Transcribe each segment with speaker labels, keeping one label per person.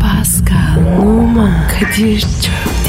Speaker 1: Pascal, Oman, Kadir çok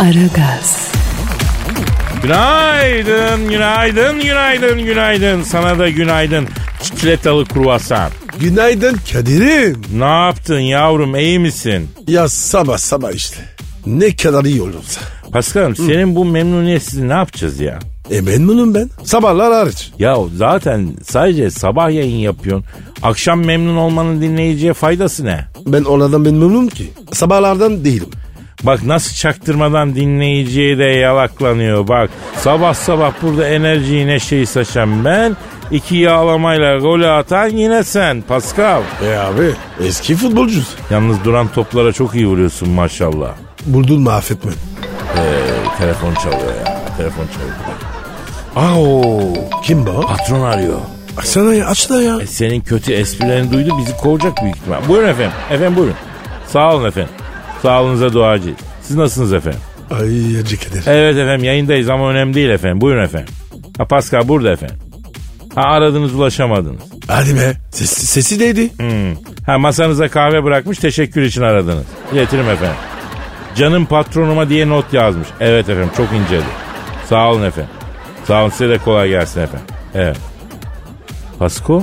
Speaker 1: Aragaz,
Speaker 2: Günaydın, günaydın, günaydın, günaydın. Sana da günaydın. Çikolatalı kruvasan.
Speaker 3: Günaydın Kadir'im.
Speaker 2: Ne yaptın yavrum, iyi misin?
Speaker 3: Ya sabah sabah işte. Ne kadar iyi olursa.
Speaker 2: Paskal'ım senin bu memnuniyetsizliği ne yapacağız ya?
Speaker 3: E memnunum ben. Sabahlar hariç.
Speaker 2: Ya zaten sadece sabah yayın yapıyorsun. Akşam memnun olmanın dinleyiciye faydası ne?
Speaker 3: Ben onlardan memnunum ki. Sabahlardan değilim.
Speaker 2: Bak nasıl çaktırmadan dinleyiciye de yalaklanıyor bak. Sabah sabah burada enerjiyi neşeyi saçan ben. iki yağlamayla golü atan yine sen Pascal.
Speaker 3: E abi eski futbolcuyuz.
Speaker 2: Yalnız duran toplara çok iyi vuruyorsun maşallah. Ee,
Speaker 3: Buldun mu affetme.
Speaker 2: Telefon çalıyor ya. Telefon çalıyor.
Speaker 3: Aa, kim bu?
Speaker 2: Patron arıyor.
Speaker 3: Açsana ya aç da ya.
Speaker 2: E, senin kötü esprilerini duydu bizi kovacak büyük ihtimal. Buyurun efendim. Efendim buyurun. Sağ olun efendim. Sağlığınıza duacıyız. Siz nasılsınız efendim?
Speaker 3: Ay acı Kadir.
Speaker 2: Evet efendim yayındayız ama önemli değil efendim. Buyurun efendim. Ha Pascal burada efendim. Ha aradınız ulaşamadınız.
Speaker 3: Hadi be. Ses, sesi değdi.
Speaker 2: Hmm. Ha masanıza kahve bırakmış teşekkür için aradınız. İletirim efendim. Canım patronuma diye not yazmış. Evet efendim çok incedi. Sağ olun efendim. Sağ olun size de kolay gelsin efendim. Evet. Pasko?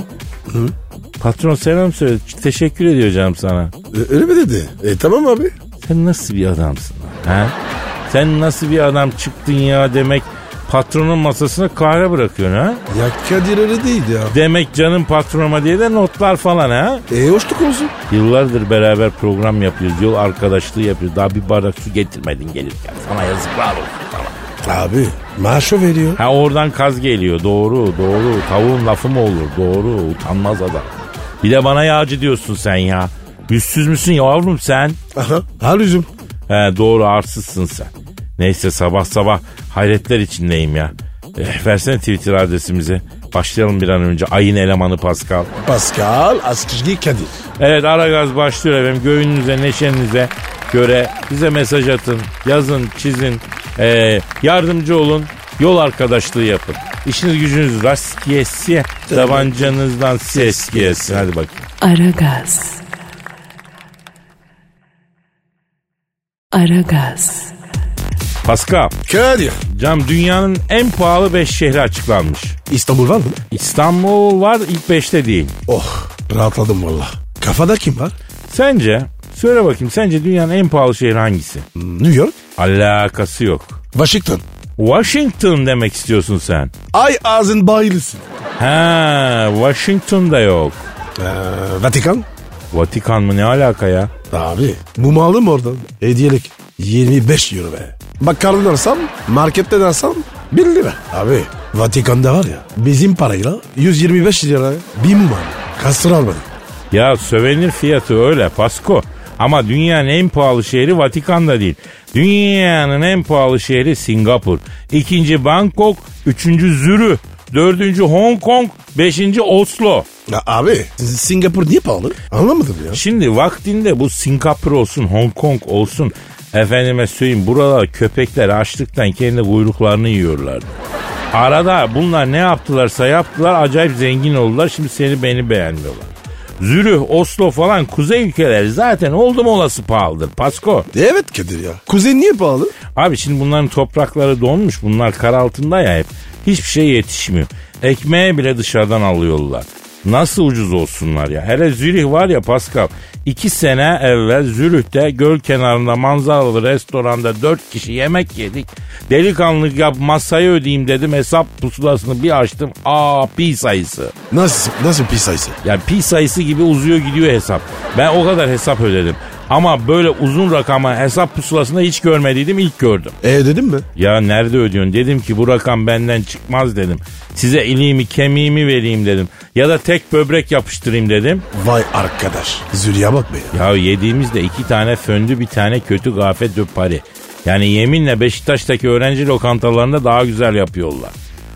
Speaker 2: Patron selam söyle. Teşekkür ediyor canım sana.
Speaker 3: E, öyle mi dedi? E tamam abi.
Speaker 2: Sen nasıl bir adamsın? lan, Ha? Sen nasıl bir adam çıktın ya demek patronun masasına kahve bırakıyorsun ha?
Speaker 3: Ya Kadir öyle değil ya.
Speaker 2: Demek canım patronuma diye de notlar falan ha?
Speaker 3: E hoşluk olsun.
Speaker 2: Yıllardır beraber program yapıyoruz. Yol arkadaşlığı yapıyoruz. Daha bir bardak su getirmedin gelirken. Sana yazıklar olsun.
Speaker 3: Abi maaşı veriyor.
Speaker 2: Ha oradan kaz geliyor. Doğru doğru. Tavuğun lafı mı olur? Doğru. Utanmaz adam. Bir de bana yağcı diyorsun sen ya. Yüzsüz müsün yavrum sen?
Speaker 3: Aha. Al üzüm.
Speaker 2: He doğru arsızsın sen. Neyse sabah sabah hayretler içindeyim ya. Eh, versene Twitter adresimizi. Başlayalım bir an önce. Ayın elemanı Pascal.
Speaker 3: Pascal Askizgi Kadir.
Speaker 2: Evet Aragaz başlıyor efendim. Göğünüze, neşenize göre bize mesaj atın, yazın, çizin, eee, yardımcı olun, yol arkadaşlığı yapın. İşiniz gücünüz rast gelsin, tabancanızdan ses gelsin. Hadi bakayım.
Speaker 1: Aragaz. Aragaz,
Speaker 2: Pascal,
Speaker 3: Kadir.
Speaker 2: cam dünyanın en pahalı 5 şehri açıklanmış.
Speaker 3: İstanbul var mı?
Speaker 2: İstanbul var ilk 5'te değil.
Speaker 3: Oh rahatladım valla. Kafada kim var?
Speaker 2: Sence, söyle bakayım sence dünyanın en pahalı şehri hangisi?
Speaker 3: New York.
Speaker 2: Alakası yok.
Speaker 3: Washington.
Speaker 2: Washington demek istiyorsun sen.
Speaker 3: Ay ağzın bayılısın.
Speaker 2: Ha, Washington'da yok.
Speaker 3: Ee, Vatikan.
Speaker 2: Vatikan mı ne alaka ya?
Speaker 3: Abi mum aldım oradan. Hediyelik. 25 euro be. Bakkaldan alsam, marketten alsam 1 lira. Abi Vatikan'da var ya bizim parayla 125 lira bir mum abi. Kastır almadım.
Speaker 2: Ya sövenir fiyatı öyle Pasko. Ama dünyanın en pahalı şehri Vatikan'da değil. Dünyanın en pahalı şehri Singapur. İkinci Bangkok, üçüncü Zürü, dördüncü Hong Kong, beşinci Oslo.
Speaker 3: Ya abi Singapur niye pahalı? Anlamadım ya.
Speaker 2: Şimdi vaktinde bu Singapur olsun, Hong Kong olsun. Efendime söyleyeyim buralar köpekler açlıktan kendi kuyruklarını yiyorlardı. Arada bunlar ne yaptılarsa yaptılar acayip zengin oldular. Şimdi seni beni beğenmiyorlar. Zürih, Oslo falan kuzey ülkeleri zaten oldum olası pahalıdır Pasko.
Speaker 3: Evet Kadir ya. Kuzen niye pahalı?
Speaker 2: Abi şimdi bunların toprakları donmuş. Bunlar kar altında ya hep. Hiçbir şey yetişmiyor. Ekmeği bile dışarıdan alıyorlar. Nasıl ucuz olsunlar ya. Hele Zürih var ya Pascal. iki sene evvel Zürih'te göl kenarında manzaralı restoranda dört kişi yemek yedik. Delikanlılık yap masayı ödeyeyim dedim. Hesap pusulasını bir açtım. Aa pi sayısı.
Speaker 3: Nasıl nasıl pis sayısı?
Speaker 2: Yani pi sayısı gibi uzuyor gidiyor hesap. Ben o kadar hesap ödedim. Ama böyle uzun rakama hesap pusulasında hiç görmediydim ilk gördüm.
Speaker 3: E dedim mi?
Speaker 2: Ya nerede ödüyorsun? Dedim ki bu rakam benden çıkmaz dedim. Size iliğimi kemiğimi vereyim dedim. Ya da tek böbrek yapıştırayım dedim.
Speaker 3: Vay arkadaş. Zülya bak be ya.
Speaker 2: Ya yediğimizde iki tane föndü bir tane kötü gafe de pari. Yani yeminle Beşiktaş'taki öğrenci lokantalarında daha güzel yapıyorlar.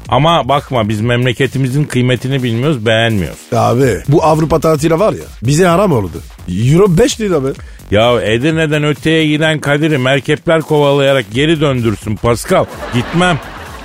Speaker 2: Ama bakma biz memleketimizin kıymetini bilmiyoruz beğenmiyoruz.
Speaker 3: Abi bu Avrupa tatili var ya bize haram oldu. Euro 5 lira be.
Speaker 2: Ya Edirne'den öteye giden Kadir'i merkepler kovalayarak geri döndürsün Pascal. Gitmem.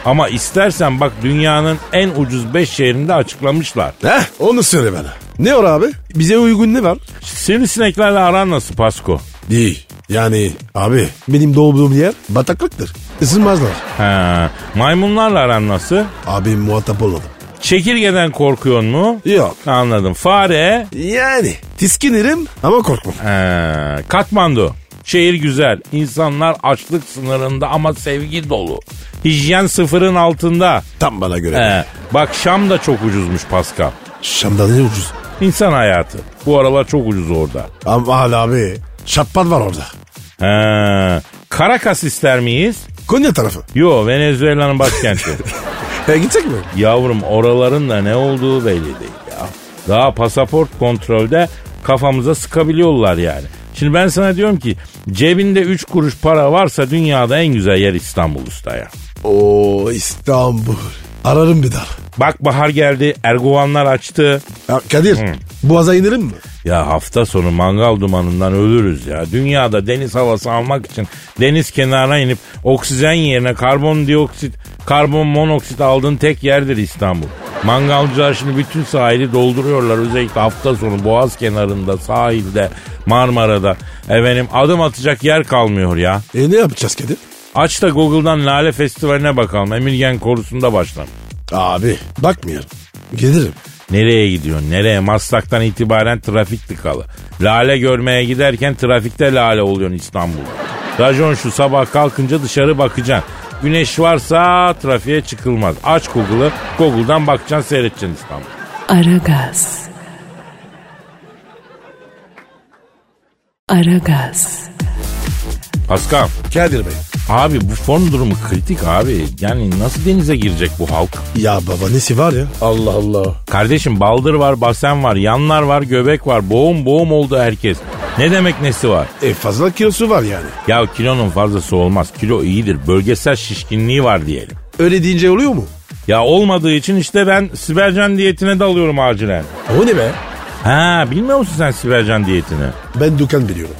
Speaker 2: Ama istersen bak dünyanın en ucuz 5 şehrinde açıklamışlar.
Speaker 3: Heh onu söyle bana. Ne var abi? Bize uygun ne var?
Speaker 2: Sivrisineklerle aran nasıl Pasko?
Speaker 3: Değil. Yani abi benim doğduğum yer bataklıktır. Isınmazlar.
Speaker 2: Ha, maymunlarla aran nasıl?
Speaker 3: Abi muhatap olmadım.
Speaker 2: Çekirgeden korkuyor mu?
Speaker 3: Yok.
Speaker 2: Anladım. Fare,
Speaker 3: Yani tiskinirim ama korkmam.
Speaker 2: ha, Katmandu. Şehir güzel. İnsanlar açlık sınırında ama sevgi dolu. Hijyen sıfırın altında.
Speaker 3: Tam bana göre.
Speaker 2: He, bak Şam da çok ucuzmuş Pascal.
Speaker 3: Şam'da ne ucuz?
Speaker 2: İnsan hayatı. Bu aralar çok ucuz orada.
Speaker 3: Ama hala abi şappat var orada.
Speaker 2: He, Karakas ister miyiz?
Speaker 3: Konya tarafı.
Speaker 2: Yo Venezuela'nın başkenti.
Speaker 3: E gidecek mi?
Speaker 2: Yavrum oraların da ne olduğu belli değil ya. Daha pasaport kontrolde kafamıza sıkabiliyorlar yani. Şimdi ben sana diyorum ki cebinde 3 kuruş para varsa dünyada en güzel yer İstanbul usta ya.
Speaker 3: O İstanbul. Ararım bir daha.
Speaker 2: Bak bahar geldi Erguvanlar açtı.
Speaker 3: Ya Kadir boğaza inerim mi?
Speaker 2: Ya hafta sonu mangal dumanından ölürüz ya. Dünyada deniz havası almak için deniz kenarına inip oksijen yerine karbondioksit, karbon monoksit aldığın tek yerdir İstanbul. Mangalcılar şimdi bütün sahili dolduruyorlar. Özellikle hafta sonu boğaz kenarında, sahilde, Marmara'da. Efendim adım atacak yer kalmıyor ya.
Speaker 3: E ne yapacağız Kadir?
Speaker 2: Aç da Google'dan Lale Festivali'ne bakalım. Emirgen korusunda başlamış.
Speaker 3: Abi bakmıyorum. Gelirim.
Speaker 2: Nereye gidiyorsun? Nereye? Maslak'tan itibaren trafik tıkalı. Lale görmeye giderken trafikte lale oluyorsun İstanbul'da. Rajon şu sabah kalkınca dışarı bakacaksın. Güneş varsa trafiğe çıkılmaz. Aç Google'ı, Google'dan bakacaksın seyredeceksin İstanbul.
Speaker 1: Aragaz. Aragaz.
Speaker 2: Paskal,
Speaker 3: Kadir Bey.
Speaker 2: abi bu form durumu kritik abi. Yani nasıl denize girecek bu halk?
Speaker 3: Ya baba nesi var ya? Allah Allah.
Speaker 2: Kardeşim baldır var, basen var, yanlar var, göbek var. Boğum boğum oldu herkes. Ne demek nesi var?
Speaker 3: E fazla kilosu var yani.
Speaker 2: Ya kilonun fazlası olmaz. Kilo iyidir. Bölgesel şişkinliği var diyelim.
Speaker 3: Öyle deyince oluyor mu?
Speaker 2: Ya olmadığı için işte ben Sibercan diyetine dalıyorum acilen.
Speaker 3: O ne be?
Speaker 2: Ha bilmiyor musun sen Sibercan diyetini?
Speaker 3: Ben dükkan biliyorum.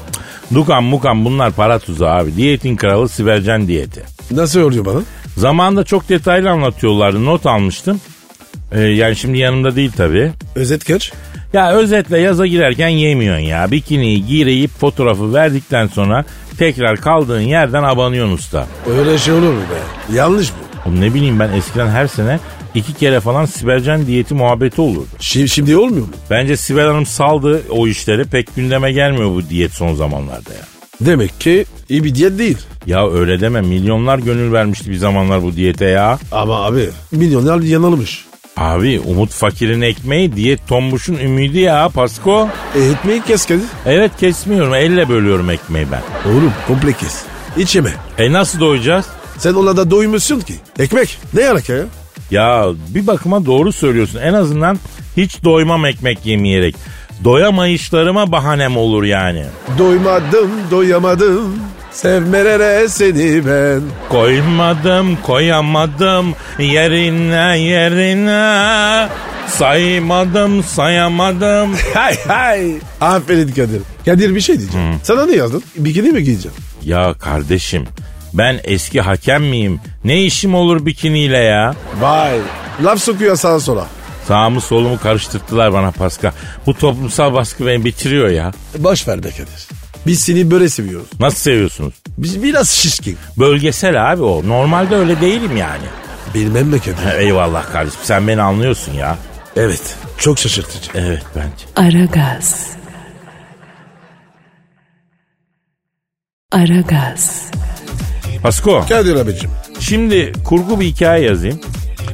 Speaker 2: Dukan mukan bunlar para tuzağı abi. Diyetin kralı Sibercan diyeti.
Speaker 3: Nasıl oluyor bana?
Speaker 2: Zamanında çok detaylı anlatıyorlardı. Not almıştım. Ee, yani şimdi yanımda değil tabii.
Speaker 3: Özet kaç?
Speaker 2: Ya özetle yaza girerken yemiyorsun ya. Bikiniyi gireyip fotoğrafı verdikten sonra tekrar kaldığın yerden abanıyorsun usta.
Speaker 3: Öyle şey olur mu be? Yanlış bu.
Speaker 2: Oğlum ne bileyim ben eskiden her sene iki kere falan Sibercan diyeti muhabbeti olurdu.
Speaker 3: Şimdi, şimdi olmuyor mu?
Speaker 2: Bence Sibel Hanım saldı o işleri. Pek gündeme gelmiyor bu diyet son zamanlarda ya.
Speaker 3: Demek ki iyi bir diyet değil.
Speaker 2: Ya öyle deme milyonlar gönül vermişti bir zamanlar bu diyete ya.
Speaker 3: Ama abi milyonlar yanılmış.
Speaker 2: Abi Umut Fakir'in ekmeği diyet tombuşun ümidi ya Pasko.
Speaker 3: E ekmeği kes Kadir.
Speaker 2: Evet kesmiyorum elle bölüyorum ekmeği ben.
Speaker 3: Oğlum komple kes. İç yeme.
Speaker 2: E nasıl doyacağız?
Speaker 3: Sen ona da doymuşsun ki. Ekmek ne yarak ya?
Speaker 2: Ya bir bakıma doğru söylüyorsun. En azından hiç doymam ekmek yemeyerek. Doyamayışlarıma bahanem olur yani.
Speaker 3: Doymadım doyamadım. Sevmelere seni ben.
Speaker 2: Koymadım koyamadım yerine yerine Saymadım sayamadım
Speaker 3: Hay hay. Aferin Kadir. Kadir bir şey diyeceğim. Sana ne yazdın? Bikini mi giyeceğim?
Speaker 2: Ya kardeşim ben eski hakem miyim? Ne işim olur bikiniyle ya?
Speaker 3: Vay. Laf sokuyor sağa sola.
Speaker 2: Sağımı solumu karıştırdılar bana Paska. Bu toplumsal baskı beni bitiriyor ya.
Speaker 3: Boş ver be Kadir. Biz seni böyle seviyoruz.
Speaker 2: Nasıl seviyorsunuz?
Speaker 3: Biz biraz şişkin.
Speaker 2: Bölgesel abi o. Normalde öyle değilim yani.
Speaker 3: Bilmem be Kadir.
Speaker 2: Eyvallah kardeşim sen beni anlıyorsun ya.
Speaker 3: Evet. Çok şaşırtıcı.
Speaker 2: Evet bence.
Speaker 1: Aragaz. Aragaz.
Speaker 2: Pasko.
Speaker 3: Kadir abicim.
Speaker 2: Şimdi kurgu bir hikaye yazayım.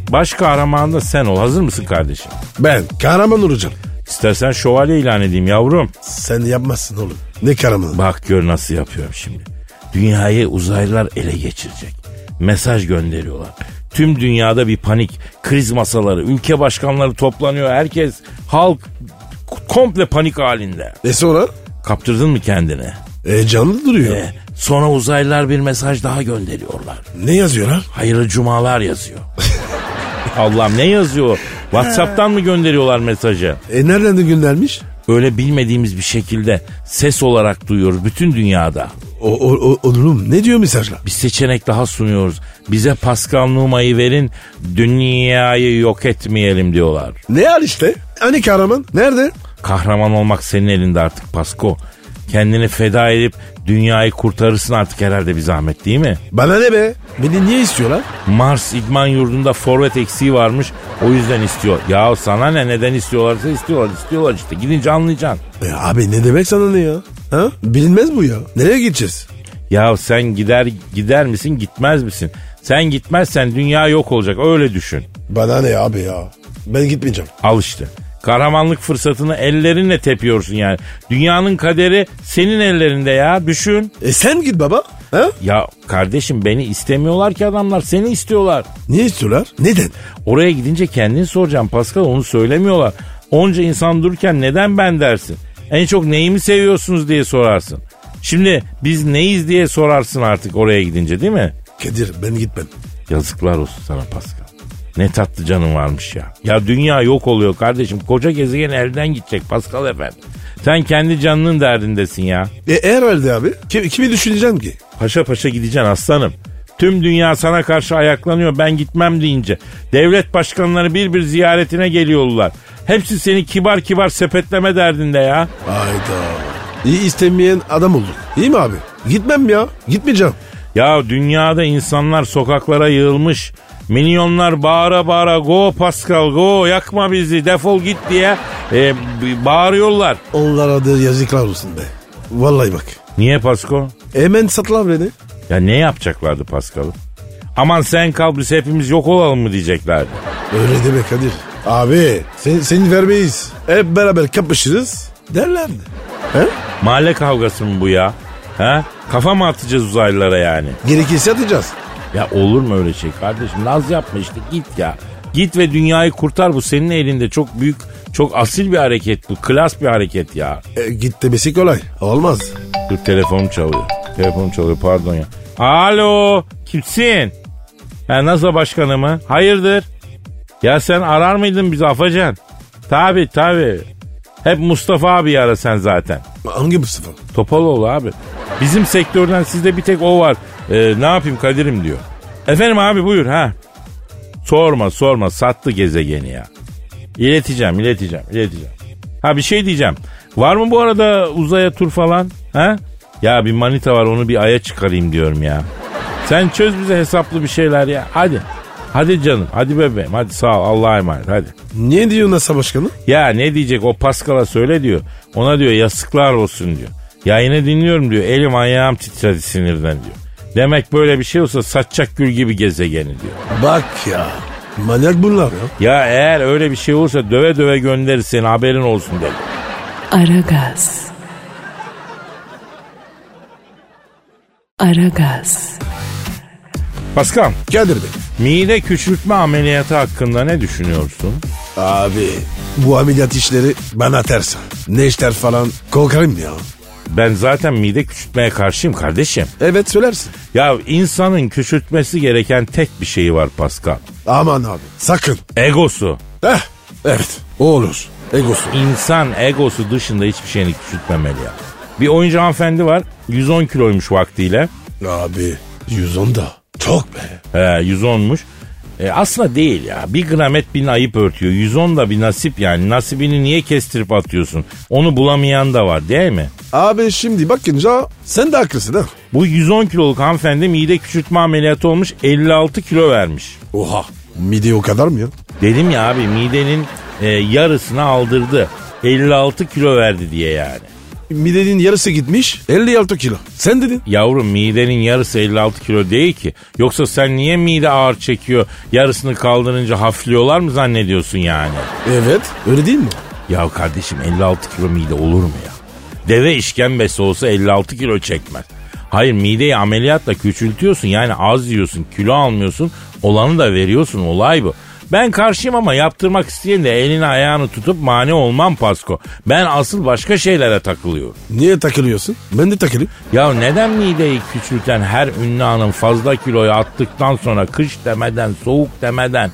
Speaker 2: Baş kahraman da sen ol. Hazır mısın kardeşim?
Speaker 3: Ben kahraman olacağım.
Speaker 2: İstersen şövalye ilan edeyim yavrum.
Speaker 3: Sen yapmazsın oğlum. Ne karamı?
Speaker 2: Bak gör nasıl yapıyorum şimdi. Dünyayı uzaylılar ele geçirecek. Mesaj gönderiyorlar. Tüm dünyada bir panik, kriz masaları, ülke başkanları toplanıyor. Herkes, halk komple panik halinde.
Speaker 3: E sonra?
Speaker 2: Kaptırdın mı kendini?
Speaker 3: E canlı duruyor.
Speaker 2: E, sonra uzaylılar bir mesaj daha gönderiyorlar.
Speaker 3: Ne yazıyorlar?
Speaker 2: Hayırlı cumalar yazıyor. Allah'ım ne yazıyor? Whatsapp'tan mı gönderiyorlar mesajı?
Speaker 3: E nereden de göndermiş?
Speaker 2: Öyle bilmediğimiz bir şekilde ses olarak duyuyoruz bütün dünyada.
Speaker 3: O, o, o, oğlum ne diyor mesajla?
Speaker 2: Bir seçenek daha sunuyoruz. Bize Pascal Numa'yı verin, dünyayı yok etmeyelim diyorlar.
Speaker 3: Ne al işte? Hani kahraman? Nerede?
Speaker 2: Kahraman olmak senin elinde artık Pasko. Kendini feda edip dünyayı kurtarırsın artık herhalde bir zahmet değil mi?
Speaker 3: Bana ne be? Beni niye istiyorlar?
Speaker 2: Mars idman yurdunda forvet eksiği varmış. O yüzden istiyor. Ya sana ne neden istiyorlarsa istiyorlar istiyorlar işte. Gidince anlayacaksın.
Speaker 3: E abi ne demek sana ne ya? Ha? Bilinmez bu ya. Nereye gideceğiz?
Speaker 2: Ya sen gider gider misin gitmez misin? Sen gitmezsen dünya yok olacak öyle düşün.
Speaker 3: Bana ne abi ya? Ben gitmeyeceğim.
Speaker 2: Al işte. Kahramanlık fırsatını ellerinle tepiyorsun yani. Dünyanın kaderi senin ellerinde ya düşün.
Speaker 3: E sen git baba. Ha?
Speaker 2: Ya kardeşim beni istemiyorlar ki adamlar seni istiyorlar.
Speaker 3: Niye istiyorlar? Neden?
Speaker 2: Oraya gidince kendini soracağım Pascal onu söylemiyorlar. Onca insan dururken neden ben dersin? En çok neyimi seviyorsunuz diye sorarsın. Şimdi biz neyiz diye sorarsın artık oraya gidince değil mi?
Speaker 3: Kadir ben gitmem.
Speaker 2: Yazıklar olsun sana Pascal. Ne tatlı canın varmış ya. Ya dünya yok oluyor kardeşim. Koca gezegen elden gidecek Pascal efendim. Sen kendi canının derdindesin ya.
Speaker 3: E herhalde abi. Kim, kimi düşüneceğim ki?
Speaker 2: Paşa paşa gideceksin aslanım. Tüm dünya sana karşı ayaklanıyor ben gitmem deyince. Devlet başkanları bir bir ziyaretine geliyorlar. Hepsi seni kibar kibar sepetleme derdinde ya.
Speaker 3: Hayda. İyi istemeyen adam olduk. İyi mi abi? Gitmem ya. Gitmeyeceğim.
Speaker 2: Ya dünyada insanlar sokaklara yığılmış. Milyonlar bağıra bağıra go Pascal go yakma bizi defol git diye e, b- bağırıyorlar.
Speaker 3: Onlara da yazıklar olsun be. Vallahi bak.
Speaker 2: Niye Pasko?
Speaker 3: Hemen satılan beni.
Speaker 2: Ya ne yapacaklardı Pascal'ı? Aman sen kal biz hepimiz yok olalım mı diyeceklerdi.
Speaker 3: Öyle deme Kadir. Abi sen, seni vermeyiz. Hep beraber kapışırız derlerdi. He?
Speaker 2: Mahalle kavgası mı bu ya? Ha? Kafa mı atacağız uzaylılara yani?
Speaker 3: Gerekirse atacağız.
Speaker 2: Ya olur mu öyle şey kardeşim? Naz yapma işte git ya. Git ve dünyayı kurtar bu senin elinde çok büyük, çok asil bir hareket bu. Klas bir hareket ya.
Speaker 3: E, git demesi kolay. Olmaz.
Speaker 2: Dur telefonum çalıyor. Telefonum çalıyor pardon ya. Alo kimsin? Ya NASA başkanı mı? Hayırdır? Ya sen arar mıydın bizi Afacan? Tabi tabi. Hep Mustafa abi ara sen zaten.
Speaker 3: Hangi Mustafa?
Speaker 2: Topaloğlu abi. Bizim sektörden sizde bir tek o var. Ee, ne yapayım Kadir'im diyor. Efendim abi buyur ha. Sorma sorma sattı gezegeni ya. İleteceğim ileteceğim ileteceğim. Ha bir şey diyeceğim. Var mı bu arada uzaya tur falan? Ha? Ya bir manita var onu bir aya çıkarayım diyorum ya. Sen çöz bize hesaplı bir şeyler ya. Hadi. Hadi canım. Hadi bebeğim. Hadi sağ ol. Allah'a emanet. Hadi.
Speaker 3: Niye diyor NASA başkanı?
Speaker 2: Ya ne diyecek o Pascal'a söyle diyor. Ona diyor yasıklar olsun diyor. Yayını dinliyorum diyor. Elim ayağım titredi sinirden diyor. Demek böyle bir şey olsa saçacak gül gibi gezegeni diyor.
Speaker 3: Bak ya. Manyak bunlar ya.
Speaker 2: Ya eğer öyle bir şey olsa döve döve gönderir seni haberin olsun dedi.
Speaker 1: Aragaz. Aragaz.
Speaker 2: Paskal,
Speaker 3: Kadir Bey.
Speaker 2: mide küçültme ameliyatı hakkında ne düşünüyorsun?
Speaker 3: Abi bu ameliyat işleri bana ters. Ne işler falan korkarım ya.
Speaker 2: Ben zaten mide küçültmeye karşıyım kardeşim.
Speaker 3: Evet söylersin.
Speaker 2: Ya insanın küçültmesi gereken tek bir şeyi var Pascal.
Speaker 3: Aman abi sakın.
Speaker 2: Egosu.
Speaker 3: Heh. Evet o olur. Egosu.
Speaker 2: İnsan egosu dışında hiçbir şeyini küçültmemeli ya. Bir oyuncu hanımefendi var. 110 kiloymuş vaktiyle.
Speaker 3: Abi 110 da çok be.
Speaker 2: He, 110'muş. E, aslında değil ya. Bir gram et bin ayıp örtüyor. 110 da bir nasip yani. Nasibini niye kestirip atıyorsun? Onu bulamayan da var değil mi?
Speaker 3: Abi şimdi bakınca sen de haklısın ha.
Speaker 2: Bu 110 kiloluk hanımefendi mide küçültme ameliyatı olmuş. 56 kilo vermiş.
Speaker 3: Oha. Mide o kadar mı ya?
Speaker 2: Dedim ya abi midenin e, yarısını aldırdı. 56 kilo verdi diye yani.
Speaker 3: Midenin yarısı gitmiş 56 kilo. Sen dedin.
Speaker 2: Yavrum midenin yarısı 56 kilo değil ki. Yoksa sen niye mide ağır çekiyor yarısını kaldırınca hafifliyorlar mı zannediyorsun yani?
Speaker 3: Evet öyle değil mi?
Speaker 2: Ya kardeşim 56 kilo mide olur mu ya? Deve işkembesi olsa 56 kilo çekmez. Hayır mideyi ameliyatla küçültüyorsun yani az yiyorsun kilo almıyorsun olanı da veriyorsun olay bu. Ben karşıyım ama yaptırmak isteyen de elini ayağını tutup mani olmam Pasko. Ben asıl başka şeylere takılıyorum.
Speaker 3: Niye takılıyorsun? Ben de takılayım.
Speaker 2: Ya neden mideyi küçülten her ünlü hanım fazla kiloyu attıktan sonra kış demeden, soğuk demeden,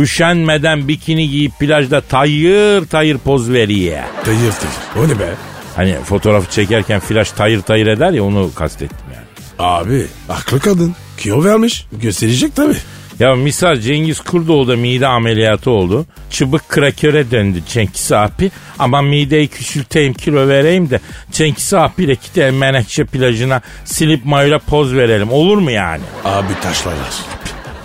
Speaker 2: üşenmeden bikini giyip plajda tayır tayır poz veriyor?
Speaker 3: Tayır tayır. O ne be?
Speaker 2: Hani fotoğrafı çekerken flaş tayır tayır eder ya onu kastettim yani.
Speaker 3: Abi aklı kadın. Kilo vermiş. Gösterecek tabii.
Speaker 2: Ya misal Cengiz Kurdoğlu'da mide ameliyatı oldu. Çıbık krakere döndü Cengiz abi. Ama mideyi küçülteyim kilo vereyim de Cengiz abiyle gidelim Menekşe plajına silip mayola poz verelim. Olur mu yani?
Speaker 3: Abi taşlarlar.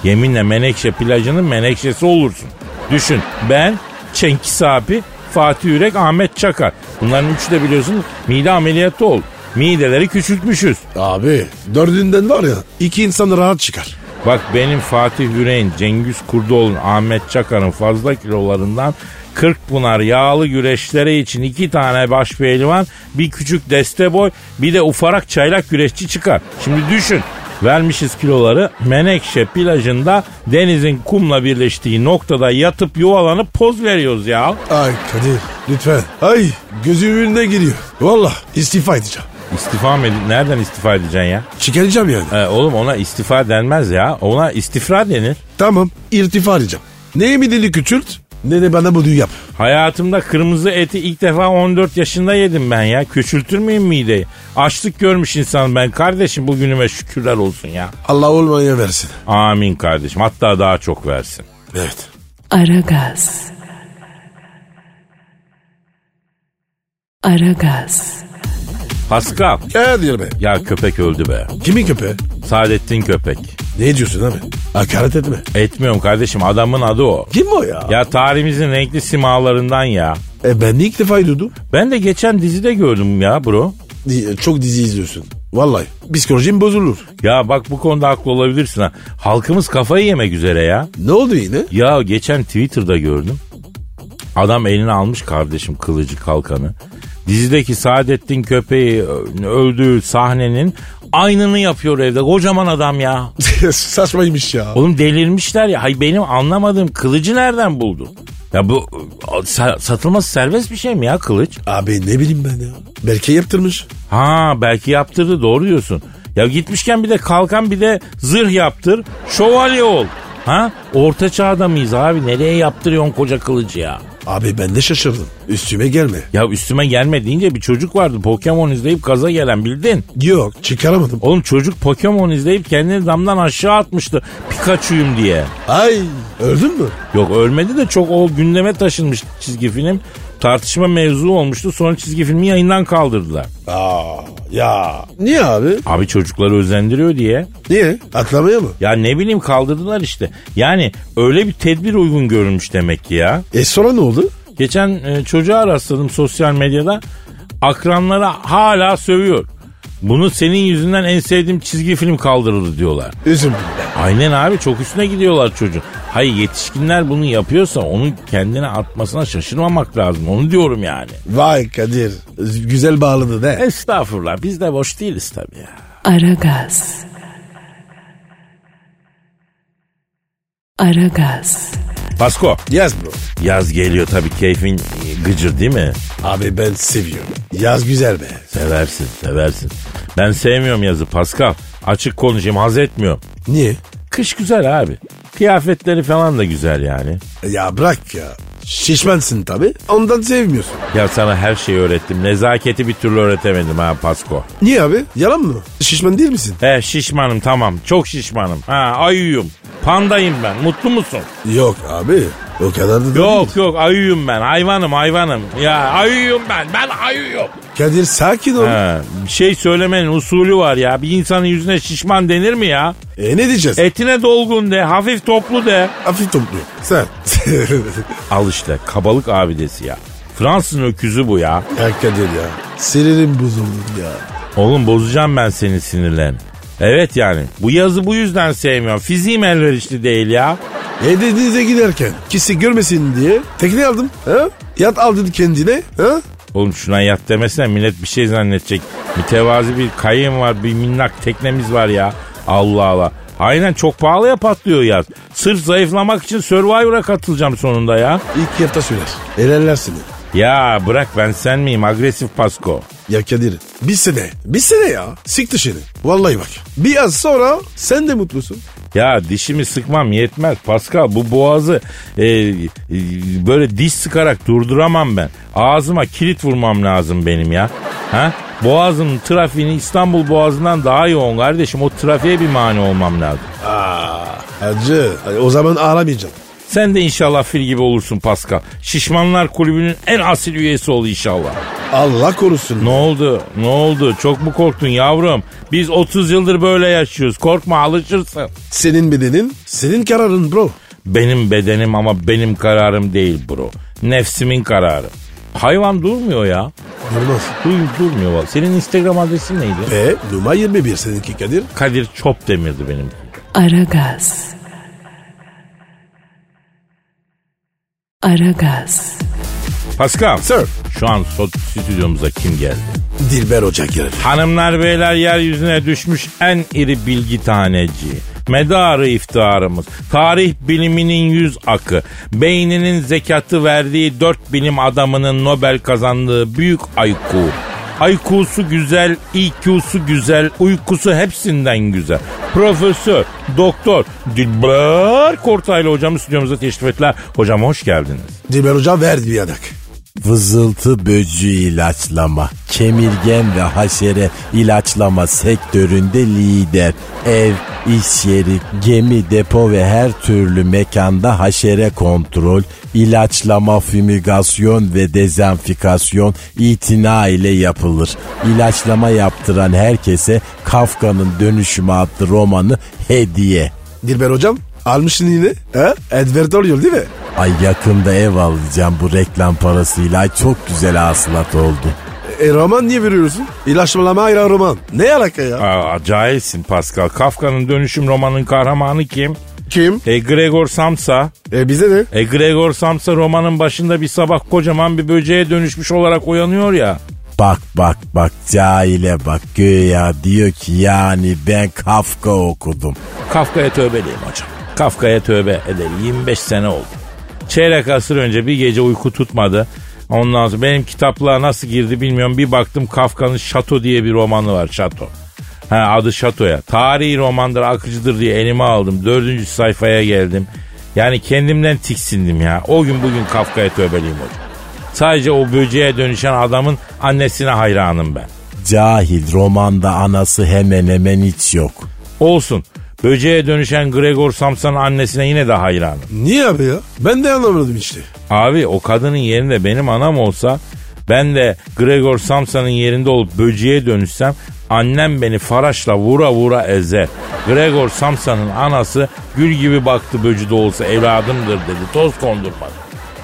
Speaker 2: Yeminle Menekşe plajının menekşesi olursun. Düşün ben, Cengiz abi, Fatih Yürek, Ahmet Çakar. Bunların üçü de biliyorsun mide ameliyatı oldu. Mideleri küçültmüşüz.
Speaker 3: Abi dördünden var ya iki insan rahat çıkar.
Speaker 2: Bak benim Fatih Yüreğin, Cengiz Kurdoğlu'nun, Ahmet Çakar'ın fazla kilolarından 40 Pınar yağlı güreşleri için iki tane baş pehlivan, bir küçük deste boy, bir de ufarak çaylak güreşçi çıkar. Şimdi düşün. Vermişiz kiloları Menekşe plajında denizin kumla birleştiği noktada yatıp yuvalanıp poz veriyoruz ya.
Speaker 3: Ay Kadir lütfen. Ay gözümün önüne giriyor. Valla istifa edeceğim.
Speaker 2: İstifa mı edin? Nereden istifa edeceksin ya?
Speaker 3: Çıkaracağım yani.
Speaker 2: E, oğlum ona istifa denmez ya. Ona istifra denir.
Speaker 3: Tamam irtifa arayacağım. Ne mi dili küçült ne de bana bunu yap.
Speaker 2: Hayatımda kırmızı eti ilk defa 14 yaşında yedim ben ya. Küçültür müyüm mideyi? Açlık görmüş insan ben kardeşim bugünüme şükürler olsun ya.
Speaker 3: Allah olmaya versin.
Speaker 2: Amin kardeşim hatta daha çok versin.
Speaker 3: Evet.
Speaker 1: Aragaz. Aragaz.
Speaker 2: Pascal
Speaker 3: Gel diyor be.
Speaker 2: ya köpek öldü be.
Speaker 3: Kimin köpeği?
Speaker 2: Saadettin köpek.
Speaker 3: Ne diyorsun abi? Hakaret etme.
Speaker 2: Etmiyorum kardeşim adamın adı o.
Speaker 3: Kim o ya?
Speaker 2: Ya tarihimizin renkli simalarından ya.
Speaker 3: E ben de ilk defa duydum.
Speaker 2: Ben de geçen dizide gördüm ya bro.
Speaker 3: Di- Çok dizi izliyorsun. Vallahi psikolojim bozulur.
Speaker 2: Ya bak bu konuda haklı olabilirsin ha. Halkımız kafayı yemek üzere ya.
Speaker 3: Ne oldu yine?
Speaker 2: Ya geçen Twitter'da gördüm. Adam eline almış kardeşim kılıcı kalkanı. Dizideki Saadettin köpeği ö- öldüğü sahnenin aynını yapıyor evde. Kocaman adam ya.
Speaker 3: Saçmaymış ya.
Speaker 2: Oğlum delirmişler ya. Hay benim anlamadığım kılıcı nereden buldu? Ya bu ö, sa- satılması serbest bir şey mi ya kılıç?
Speaker 3: Abi ne bileyim ben ya. Belki yaptırmış.
Speaker 2: Ha belki yaptırdı doğru diyorsun. Ya gitmişken bir de kalkan bir de zırh yaptır. Şövalye ol. Ha? Orta çağda mıyız abi? Nereye yaptırıyorsun koca kılıcı ya?
Speaker 3: Abi ben de şaşırdım. Üstüme gelme.
Speaker 2: Ya üstüme gelme deyince bir çocuk vardı Pokemon izleyip gaza gelen bildin.
Speaker 3: Yok çıkaramadım.
Speaker 2: Oğlum çocuk Pokemon izleyip kendini damdan aşağı atmıştı Pikachu'yum diye.
Speaker 3: Ay öldün mü?
Speaker 2: Yok ölmedi de çok o gündeme taşınmış çizgi film. Tartışma mevzu olmuştu sonra çizgi filmi yayından kaldırdılar.
Speaker 3: Aa, ya. Niye abi?
Speaker 2: Abi çocukları özendiriyor diye.
Speaker 3: Niye? Atlamaya mı?
Speaker 2: Ya ne bileyim kaldırdılar işte. Yani öyle bir tedbir uygun görülmüş demek ki ya.
Speaker 3: E sonra ne oldu?
Speaker 2: Geçen e, çocuğa rastladım sosyal medyada. Akranlara hala sövüyor. Bunu senin yüzünden en sevdiğim çizgi film kaldırıldı diyorlar.
Speaker 3: Üzüldüm.
Speaker 2: Aynen abi çok üstüne gidiyorlar çocuğun. Hayır yetişkinler bunu yapıyorsa onu kendine atmasına şaşırmamak lazım. Onu diyorum yani.
Speaker 3: Vay Kadir. Güzel bağladı ne?
Speaker 2: Estağfurullah biz de boş değiliz tabii ya.
Speaker 1: Aragaz. Aragaz.
Speaker 2: Pasko
Speaker 3: Yaz bro.
Speaker 2: yaz geliyor tabii keyfin gıcır değil mi?
Speaker 3: Abi ben seviyorum. Yaz güzel be.
Speaker 2: Seversin seversin. Ben sevmiyorum yazı Pascal. Açık konuşayım haz etmiyorum.
Speaker 3: Niye?
Speaker 2: Kış güzel abi. Kıyafetleri falan da güzel yani.
Speaker 3: Ya bırak ya. Şişmensin tabi. Ondan sevmiyorsun.
Speaker 2: Ya sana her şeyi öğrettim. Nezaketi bir türlü öğretemedim ha Pasko.
Speaker 3: Niye abi? Yalan mı? Şişman değil misin?
Speaker 2: He şişmanım tamam. Çok şişmanım. Ha ayıyım. Pandayım ben. Mutlu musun?
Speaker 3: Yok abi. O kadar da değil.
Speaker 2: Yok yok ayıyım ben. Hayvanım hayvanım. Ya ayıyım ben. Ben ayıyım.
Speaker 3: Kadir sakin ol.
Speaker 2: He, bir şey söylemenin usulü var ya. Bir insanın yüzüne şişman denir mi ya?
Speaker 3: E ne diyeceğiz?
Speaker 2: Etine dolgun de. Hafif toplu de.
Speaker 3: Hafif toplu. Sen.
Speaker 2: Al işte kabalık abidesi ya. Fransız'ın öküzü bu ya.
Speaker 3: ya Kadir ya. Sinirim bozuldu ya.
Speaker 2: Oğlum bozacağım ben senin sinirlerini. Evet yani bu yazı bu yüzden sevmiyorum. Fiziğim elverişli değil ya.
Speaker 3: E denize giderken kişi görmesin diye tekne aldım. Ha? Yat aldın kendine. Ha?
Speaker 2: Oğlum şuna yat demesen millet bir şey zannedecek. Mütevazi bir kayın var bir minnak teknemiz var ya. Allah Allah. Aynen çok pahalıya patlıyor yat. Sırf zayıflamak için Survivor'a katılacağım sonunda ya.
Speaker 3: İlk hafta söyler. Elerler seni.
Speaker 2: Ya bırak ben sen miyim agresif Pasko.
Speaker 3: Ya Kadir bir sene. Bir sene ya. Sik dışarı. Vallahi bak. Bir az sonra sen de mutlusun.
Speaker 2: Ya dişimi sıkmam yetmez Pascal bu boğazı e, e, böyle diş sıkarak durduramam ben. Ağzıma kilit vurmam lazım benim ya. Ha? Boğazın trafiğini İstanbul Boğazı'ndan daha yoğun kardeşim. O trafiğe bir mani olmam lazım.
Speaker 3: Aa, acı. O zaman ağlamayacağım.
Speaker 2: Sen de inşallah fil gibi olursun Pascal. Şişmanlar Kulübü'nün en asil üyesi ol inşallah.
Speaker 3: Allah korusun.
Speaker 2: Ne oldu? Ne oldu? Çok mu korktun yavrum? Biz 30 yıldır böyle yaşıyoruz. Korkma alışırsın.
Speaker 3: Senin bedenin, senin kararın bro.
Speaker 2: Benim bedenim ama benim kararım değil bro. Nefsimin kararı. Hayvan durmuyor ya.
Speaker 3: Durmaz.
Speaker 2: Dur, durmuyor bak. Senin Instagram adresin neydi?
Speaker 3: Ve numara 21 seninki Kadir.
Speaker 2: Kadir Çopdemir'di benim.
Speaker 1: Aragaz. Aragaz.
Speaker 2: Pascal.
Speaker 3: Sir.
Speaker 2: Şu an stü- stüdyomuza kim geldi?
Speaker 3: Dilber Hoca gelir.
Speaker 2: Hanımlar beyler yeryüzüne düşmüş en iri bilgi taneci. Medarı iftiharımız, tarih biliminin yüz akı, beyninin zekatı verdiği dört bilim adamının Nobel kazandığı büyük IQ. IQ'su güzel, IQ'su güzel, uykusu hepsinden güzel. Profesör, doktor, Dilber Kortaylı hocamı stüdyomuza teşrif ettiler. Hocam hoş geldiniz.
Speaker 3: Dilber Hoca verdi bir adak.
Speaker 4: Vızıltı böcü ilaçlama, kemirgen ve haşere ilaçlama sektöründe lider. Ev, iş yeri, gemi, depo ve her türlü mekanda haşere kontrol, ilaçlama, fümigasyon ve dezenfikasyon itina ile yapılır. İlaçlama yaptıran herkese Kafka'nın Dönüşümü adlı romanı hediye.
Speaker 3: Dilber Hocam almışsın yine. He? Advert oluyor değil mi?
Speaker 4: Ay yakında ev alacağım bu reklam parasıyla. Ay çok güzel hasılat oldu.
Speaker 3: E roman niye veriyorsun? İlaçmalama ayran roman. Ne alaka ya?
Speaker 2: Aa, acayipsin Pascal. Kafka'nın dönüşüm romanının kahramanı kim?
Speaker 3: Kim?
Speaker 2: E, Gregor Samsa.
Speaker 3: E bize ne?
Speaker 2: E, Gregor Samsa romanın başında bir sabah kocaman bir böceğe dönüşmüş olarak uyanıyor ya.
Speaker 4: Bak bak bak cahile bak güya diyor ki yani ben Kafka okudum.
Speaker 2: Kafka'ya tövbeliyim hocam. Kafka'ya tövbe edeli 25 sene oldu. Çeyrek asır önce bir gece uyku tutmadı. Ondan sonra benim kitaplığa nasıl girdi bilmiyorum. Bir baktım Kafka'nın Şato diye bir romanı var Şato. Ha, adı Şato'ya. Tarihi romandır akıcıdır diye elime aldım. Dördüncü sayfaya geldim. Yani kendimden tiksindim ya. O gün bugün Kafka'ya tövbeliyim hocam. Sadece o böceğe dönüşen adamın annesine hayranım ben.
Speaker 4: Cahil romanda anası hemen hemen hiç yok.
Speaker 2: Olsun. Böceğe dönüşen Gregor Samsa'nın annesine yine de hayranım.
Speaker 3: Niye abi ya? Ben de anlamadım işte.
Speaker 2: Abi o kadının yerinde benim anam olsa ben de Gregor Samsa'nın yerinde olup böceğe dönüşsem annem beni faraşla vura vura ezer. Gregor Samsa'nın anası gül gibi baktı böcü de olsa evladımdır dedi. Toz kondurmadı.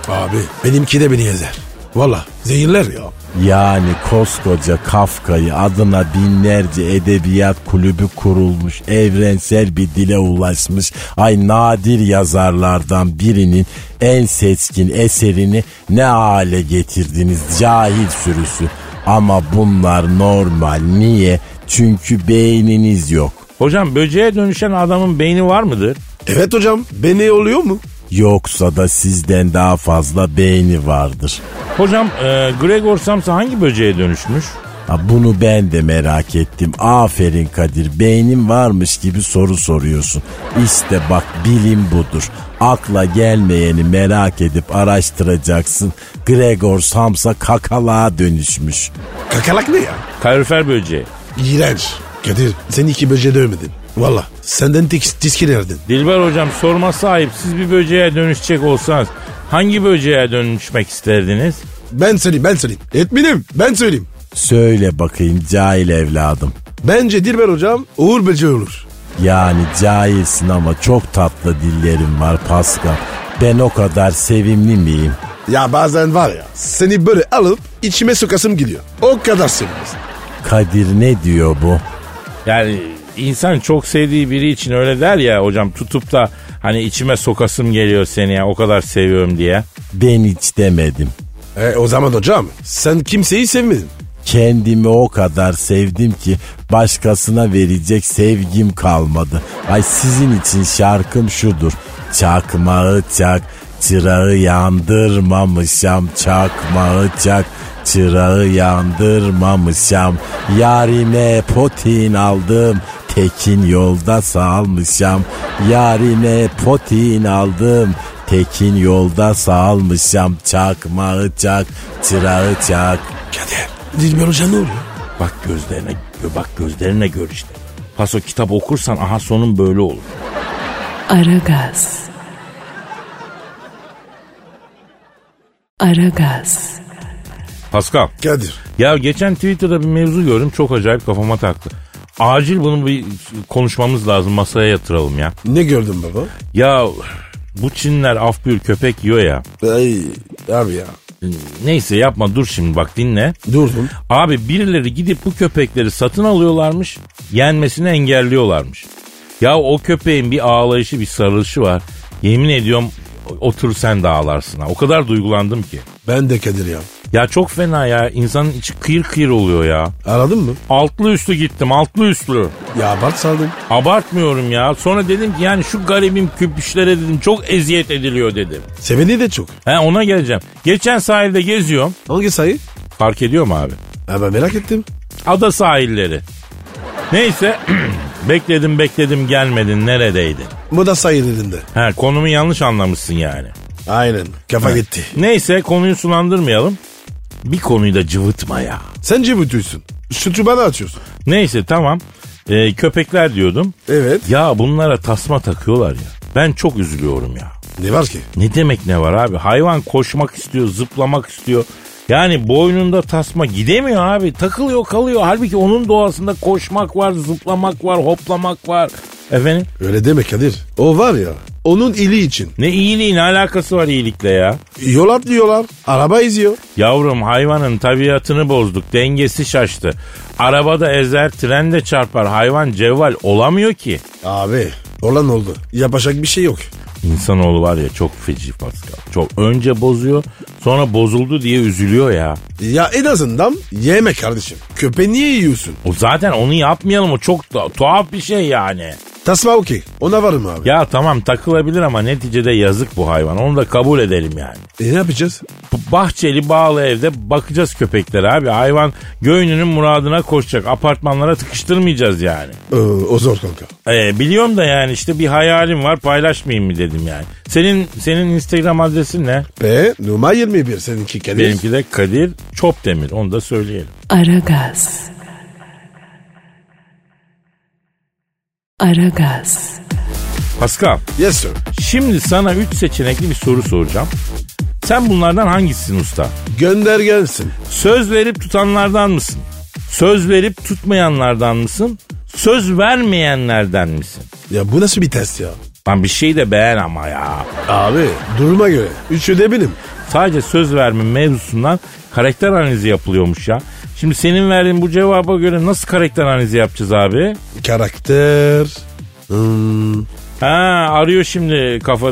Speaker 3: Abi benimki de beni ezer. Valla zehirler ya.
Speaker 4: Yani koskoca Kafka'yı adına binlerce edebiyat kulübü kurulmuş, evrensel bir dile ulaşmış, ay nadir yazarlardan birinin en seçkin eserini ne hale getirdiniz cahil sürüsü. Ama bunlar normal. Niye? Çünkü beyniniz yok.
Speaker 2: Hocam böceğe dönüşen adamın beyni var mıdır?
Speaker 3: Evet hocam beni oluyor mu?
Speaker 4: Yoksa da sizden daha fazla beyni vardır.
Speaker 2: Hocam e, Gregor Samsa hangi böceğe dönüşmüş?
Speaker 4: Ha, bunu ben de merak ettim. Aferin Kadir. Beynin varmış gibi soru soruyorsun. İşte bak bilim budur. Akla gelmeyeni merak edip araştıracaksın. Gregor Samsa kakalığa dönüşmüş.
Speaker 3: Kakalak ne ya?
Speaker 2: Kalorifer böceği.
Speaker 3: İğrenç. Kadir sen iki böceğe dövmedin. Valla senden tek diski verdin.
Speaker 2: Dilber hocam sorma sahip siz bir böceğe dönüşecek olsanız hangi böceğe dönüşmek isterdiniz?
Speaker 3: Ben söyleyeyim ben söyleyeyim. Etminim ben söyleyeyim.
Speaker 4: Söyle bakayım cahil evladım.
Speaker 3: Bence Dilber hocam Uğur böceği olur.
Speaker 4: Yani cahilsin ama çok tatlı dillerim var Pascal. Ben o kadar sevimli miyim?
Speaker 3: Ya bazen var ya seni böyle alıp içime sokasım gidiyor. O kadar seviyorsun.
Speaker 4: Kadir ne diyor bu?
Speaker 2: Yani insan çok sevdiği biri için öyle der ya hocam tutup da hani içime sokasım geliyor seni ya o kadar seviyorum diye.
Speaker 4: Ben hiç demedim.
Speaker 3: E, o zaman hocam sen kimseyi sevmedin.
Speaker 5: Kendimi o kadar sevdim ki başkasına verecek sevgim kalmadı. Ay sizin için şarkım şudur. Çakmağı çak, çırağı yandırmamışam. Çakmağı çak, çırağı yandırmamışam. Yarime potin aldım, tekin yolda salmışam. Yarime potin aldım, tekin yolda salmışam. Çakmağı çak, çırağı çak.
Speaker 3: Kadir. Dilber Hoca ne oluyor?
Speaker 2: Bak gözlerine gö- bak gözlerine gör işte. Paso kitap okursan aha sonun böyle olur.
Speaker 1: Aragaz. Aragaz.
Speaker 2: Pascal.
Speaker 3: Kadir.
Speaker 2: Ya geçen Twitter'da bir mevzu gördüm çok acayip kafama taktı. Acil bunu bir konuşmamız lazım masaya yatıralım ya.
Speaker 3: Ne gördün baba?
Speaker 2: Ya bu Çinler af buyur köpek yiyor ya.
Speaker 3: Ay abi ya.
Speaker 2: Neyse yapma dur şimdi bak dinle.
Speaker 3: Durdum.
Speaker 2: Abi birileri gidip bu köpekleri satın alıyorlarmış. Yenmesini engelliyorlarmış. Ya o köpeğin bir ağlayışı bir sarılışı var. Yemin ediyorum otur sen de ağlarsın ha. O kadar duygulandım ki.
Speaker 3: Ben de Kadir ya.
Speaker 2: Ya çok fena ya. İnsanın içi kıyır kıyır oluyor ya.
Speaker 3: Aradın mı?
Speaker 2: Altlı üstlü gittim altlı üstlü.
Speaker 3: Ya abart saldım.
Speaker 2: Abartmıyorum ya. Sonra dedim ki yani şu garibim küpüşlere dedim çok eziyet ediliyor dedim.
Speaker 3: Seveni de çok.
Speaker 2: He ona geleceğim. Geçen sahilde geziyorum.
Speaker 3: Hangi sayı?
Speaker 2: Fark ediyor mu abi?
Speaker 3: Ha ben merak ettim.
Speaker 2: Ada sahilleri. Neyse bekledim bekledim gelmedin neredeydin?
Speaker 3: Bu da sayı dedim de.
Speaker 2: He konumu yanlış anlamışsın yani.
Speaker 3: Aynen. Kafa gitti.
Speaker 2: Neyse konuyu sulandırmayalım. Bir konuyu da cıvıtma ya.
Speaker 3: Sen cebutuysun. Şutu bana atıyorsun.
Speaker 2: Neyse tamam. Ee, köpekler diyordum.
Speaker 3: Evet.
Speaker 2: Ya bunlara tasma takıyorlar ya. Ben çok üzülüyorum ya.
Speaker 3: Ne var ki?
Speaker 2: Ne demek ne var abi? Hayvan koşmak istiyor, zıplamak istiyor. Yani boynunda tasma gidemiyor abi. Takılıyor kalıyor. Halbuki onun doğasında koşmak var, zıplamak var, hoplamak var. Efendim?
Speaker 3: Öyle deme Kadir. O var ya. Onun ili için.
Speaker 2: Ne iyiliğin alakası var iyilikle ya?
Speaker 3: Yol atlıyorlar. Araba izliyor.
Speaker 2: Yavrum hayvanın tabiatını bozduk. Dengesi şaştı. Arabada ezer, trende çarpar. Hayvan cevval olamıyor ki.
Speaker 3: Abi. Olan oldu. Yapacak bir şey yok.
Speaker 2: İnsanoğlu var ya çok feci Pascal. Çok önce bozuyor sonra bozuldu diye üzülüyor ya.
Speaker 3: Ya en azından yeme kardeşim. Köpeği niye yiyorsun?
Speaker 2: O zaten onu yapmayalım o çok da- tuhaf bir şey yani.
Speaker 3: Tasma okey. Ona varım abi.
Speaker 2: Ya tamam takılabilir ama neticede yazık bu hayvan. Onu da kabul edelim yani.
Speaker 3: E ne yapacağız?
Speaker 2: Bu Bahçeli bağlı evde bakacağız köpeklere abi. Hayvan göğününün muradına koşacak. Apartmanlara tıkıştırmayacağız yani.
Speaker 3: Ee, o zor kanka.
Speaker 2: Ee, biliyorum da yani işte bir hayalim var paylaşmayayım mı dedim yani. Senin senin Instagram adresin ne?
Speaker 3: Ve numara 21 seninki Kadir.
Speaker 2: Benimki de Kadir Çopdemir onu da söyleyelim.
Speaker 1: Aragaz. Aragaz.
Speaker 2: Pascal
Speaker 3: Yes sir.
Speaker 2: şimdi sana 3 seçenekli bir soru soracağım. Sen bunlardan hangisisin usta?
Speaker 3: Gönder gelsin.
Speaker 2: Söz verip tutanlardan mısın? Söz verip tutmayanlardan mısın? Söz vermeyenlerden misin?
Speaker 3: Ya bu nasıl bir test ya?
Speaker 2: Lan bir şey de beğen ama ya.
Speaker 3: Abi duruma göre. Üçü de benim.
Speaker 2: Sadece söz verme mevzusundan karakter analizi yapılıyormuş ya. Şimdi senin verdiğin bu cevaba göre nasıl karakter analizi yapacağız abi?
Speaker 3: Karakter. Hmm.
Speaker 2: Ha arıyor şimdi kafa,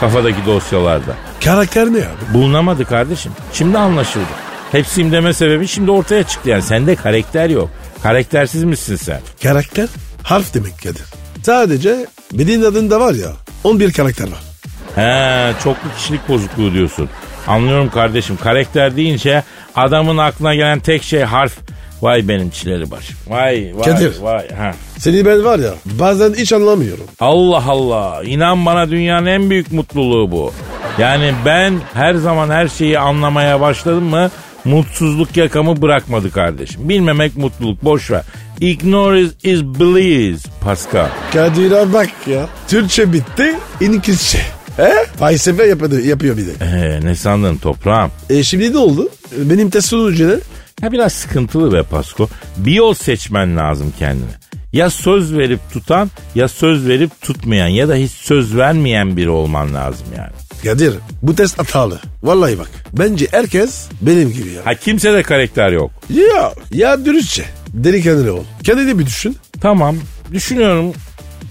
Speaker 2: kafadaki dosyalarda.
Speaker 3: Karakter ne abi?
Speaker 2: Bulunamadı kardeşim. Şimdi anlaşıldı. Hepsiyim deme sebebi şimdi ortaya çıktı yani. Sende karakter yok. Karaktersiz misin sen?
Speaker 3: Karakter harf demek Kadir. Sadece birinin adında var ya 11 karakter var.
Speaker 2: He çoklu kişilik bozukluğu diyorsun. Anlıyorum kardeşim. Karakter deyince adamın aklına gelen tek şey harf. Vay benim çileri başım. Vay vay
Speaker 3: Kadir.
Speaker 2: vay. Ha.
Speaker 3: Seni ben var ya bazen hiç anlamıyorum.
Speaker 2: Allah Allah. İnan bana dünyanın en büyük mutluluğu bu. Yani ben her zaman her şeyi anlamaya başladım mı mutsuzluk yakamı bırakmadı kardeşim. Bilmemek mutluluk boş ver. Ignore is, is bliss Pascal.
Speaker 3: Kadir'e bak ya. Türkçe bitti, İngilizce. He? Felsefe yapıyor, yapıyor bir de.
Speaker 2: Ee, ne sandın toprağım?
Speaker 3: E şimdi ne oldu? Benim test sonucu ne?
Speaker 2: Ya biraz sıkıntılı be Pasko. Bir yol seçmen lazım kendine. Ya söz verip tutan ya söz verip tutmayan ya da hiç söz vermeyen biri olman lazım yani.
Speaker 3: Kadir bu test hatalı. Vallahi bak. Bence herkes benim gibi ya.
Speaker 2: Ha kimse de karakter yok.
Speaker 3: Ya, ya dürüstçe. Delikanlı ol. Kendini bir düşün.
Speaker 2: Tamam düşünüyorum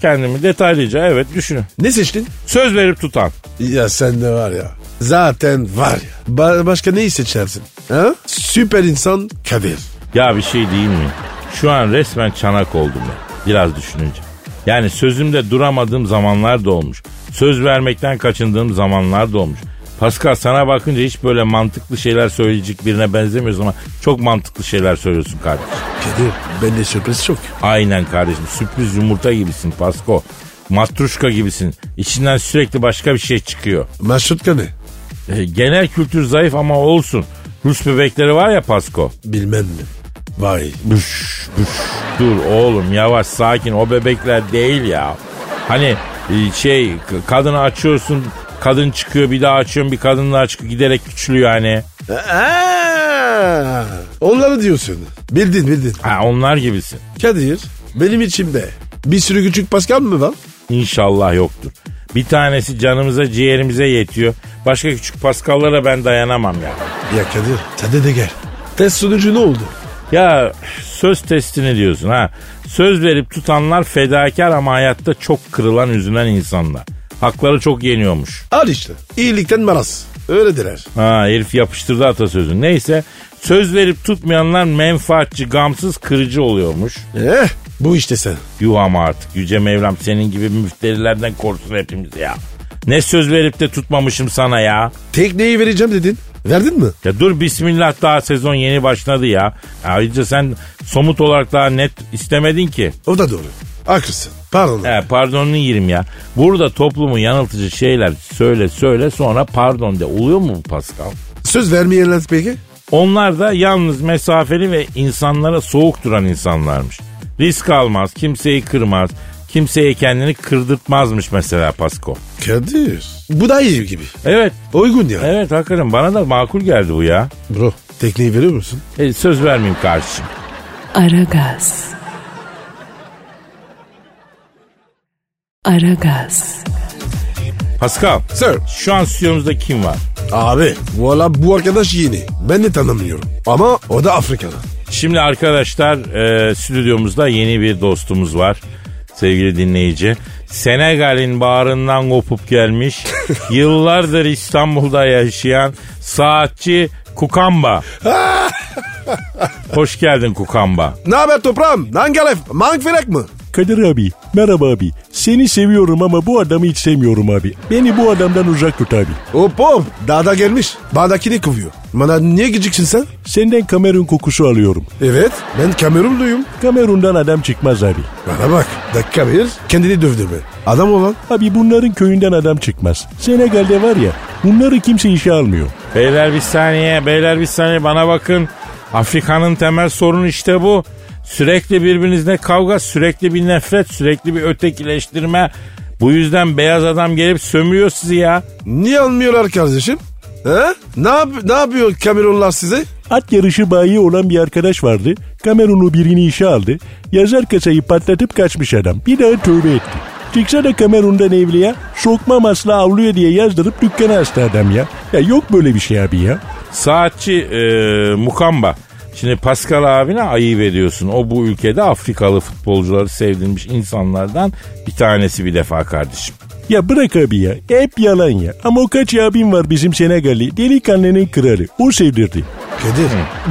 Speaker 2: kendimi detaylıca evet düşünün.
Speaker 3: Ne seçtin?
Speaker 2: Söz verip tutan.
Speaker 3: Ya sen de var ya. zaten var ya. Ba- başka neyi seçersin? Ha? Süper insan Kadir.
Speaker 2: Ya bir şey değil mi? Şu an resmen çanak oldum ben. Biraz düşününce. Yani sözümde duramadığım zamanlar da olmuş. Söz vermekten kaçındığım zamanlar da olmuş. Pascal sana bakınca hiç böyle mantıklı şeyler söyleyecek birine benzemiyorsun ama çok mantıklı şeyler söylüyorsun kardeşim.
Speaker 3: Kadir bende sürpriz çok.
Speaker 2: Aynen kardeşim sürpriz yumurta gibisin Pasko. Matruşka gibisin. İçinden sürekli başka bir şey çıkıyor.
Speaker 3: Maşutka ne?
Speaker 2: E, genel kültür zayıf ama olsun. Rus bebekleri var ya Pasko.
Speaker 3: Bilmem mi? Vay.
Speaker 2: Büş, büş. Dur oğlum yavaş sakin o bebekler değil ya. Hani e, şey k- kadını açıyorsun kadın çıkıyor bir daha açıyorsun bir kadın daha çıkıyor giderek küçülüyor hani.
Speaker 3: Aa, onları diyorsun. Bildin bildin.
Speaker 2: Ha, onlar gibisin.
Speaker 3: Kadir benim içimde bir sürü küçük Pascal mı var?
Speaker 2: İnşallah yoktur. Bir tanesi canımıza ciğerimize yetiyor. Başka küçük paskallara ben dayanamam ya.
Speaker 3: Ya Kadir sen de, de gel. Test sonucu ne oldu?
Speaker 2: Ya söz testini diyorsun ha. Söz verip tutanlar fedakar ama hayatta çok kırılan üzülen insanlar. Hakları çok yeniyormuş.
Speaker 3: Al işte. İyilikten maraz. Öyle diler.
Speaker 2: Ha herif yapıştırdı atasözünü. Neyse söz verip tutmayanlar menfaatçi, gamsız, kırıcı oluyormuş.
Speaker 3: Eh, bu işte sen.
Speaker 2: Yuh ama artık Yüce Mevlam senin gibi müfterilerden korusun hepimizi ya. Ne söz verip de tutmamışım sana ya.
Speaker 3: Tekneyi vereceğim dedin. Verdin mi?
Speaker 2: Ya dur bismillah daha sezon yeni başladı ya. Ayrıca sen somut olarak daha net istemedin ki.
Speaker 3: O da doğru. Haklısın. Pardon.
Speaker 2: He, pardonunu yerim ya. Burada toplumu yanıltıcı şeyler söyle söyle sonra pardon de. Oluyor mu bu Pascal?
Speaker 3: Söz vermeyenler peki?
Speaker 2: Onlar da yalnız mesafeli ve insanlara soğuk duran insanlarmış. Risk almaz, kimseyi kırmaz, kimseye kendini kırdırtmazmış mesela Pasko.
Speaker 3: Kadir. Bu da iyi gibi.
Speaker 2: Evet,
Speaker 3: Uygun ya.
Speaker 2: evet hakikaten bana da makul geldi bu ya.
Speaker 3: Bro tekneyi veriyor musun?
Speaker 2: E, söz vermeyeyim kardeşim.
Speaker 1: Aragaz. Aragaz.
Speaker 2: Pascal,
Speaker 3: Sir.
Speaker 2: şu an stüdyomuzda kim var?
Speaker 3: Abi valla bu arkadaş yeni. Ben de tanımıyorum. Ama o da Afrika'da.
Speaker 2: Şimdi arkadaşlar e, stüdyomuzda yeni bir dostumuz var. Sevgili dinleyici. Senegal'in bağrından kopup gelmiş. yıllardır İstanbul'da yaşayan saatçi Kukamba. Hoş geldin Kukamba.
Speaker 3: Ne haber toprağım? Nangalef, Mangferek mi?
Speaker 4: Kadir abi, merhaba abi. Seni seviyorum ama bu adamı hiç sevmiyorum abi. Beni bu adamdan uzak tut abi.
Speaker 3: Hop hop. Dağda gelmiş. Bağdakini kovuyor. Bana niye gideceksin sen?
Speaker 4: Senden Kamerun kokusu alıyorum.
Speaker 3: Evet. Ben Kamerunluyum.
Speaker 4: Kamerun'dan adam çıkmaz abi.
Speaker 3: Bana bak. Dakika bir. Kendini dövdürme. Adam olan.
Speaker 4: Abi bunların köyünden adam çıkmaz. Senegal'de var ya, bunları kimse işe almıyor.
Speaker 2: Beyler bir saniye, beyler bir saniye bana bakın. Afrika'nın temel sorunu işte bu. Sürekli birbirinizle kavga, sürekli bir nefret, sürekli bir ötekileştirme. Bu yüzden beyaz adam gelip sömürüyor sizi ya.
Speaker 3: Niye almıyorlar kardeşim? He? Ne, yap- ne yapıyor Kamerunlar size?
Speaker 4: At yarışı bayi olan bir arkadaş vardı. Kamerunlu birini işe aldı. Yazar kasayı patlatıp kaçmış adam. Bir daha tövbe etti. Çıksa da Kamerun'dan evliya sokmam asla avluya diye yazdırıp dükkana astı adam ya. Ya yok böyle bir şey abi ya.
Speaker 2: Saatçi e, Mukamba. Şimdi Pascal abine ayıp ediyorsun. O bu ülkede Afrikalı futbolcuları sevdirmiş insanlardan bir tanesi bir defa kardeşim.
Speaker 4: Ya bırak abi ya. Hep yalan ya. Ama o kaç abim var bizim Senegalli. Delikanlının kralı. O sevdirdi.
Speaker 3: Kadir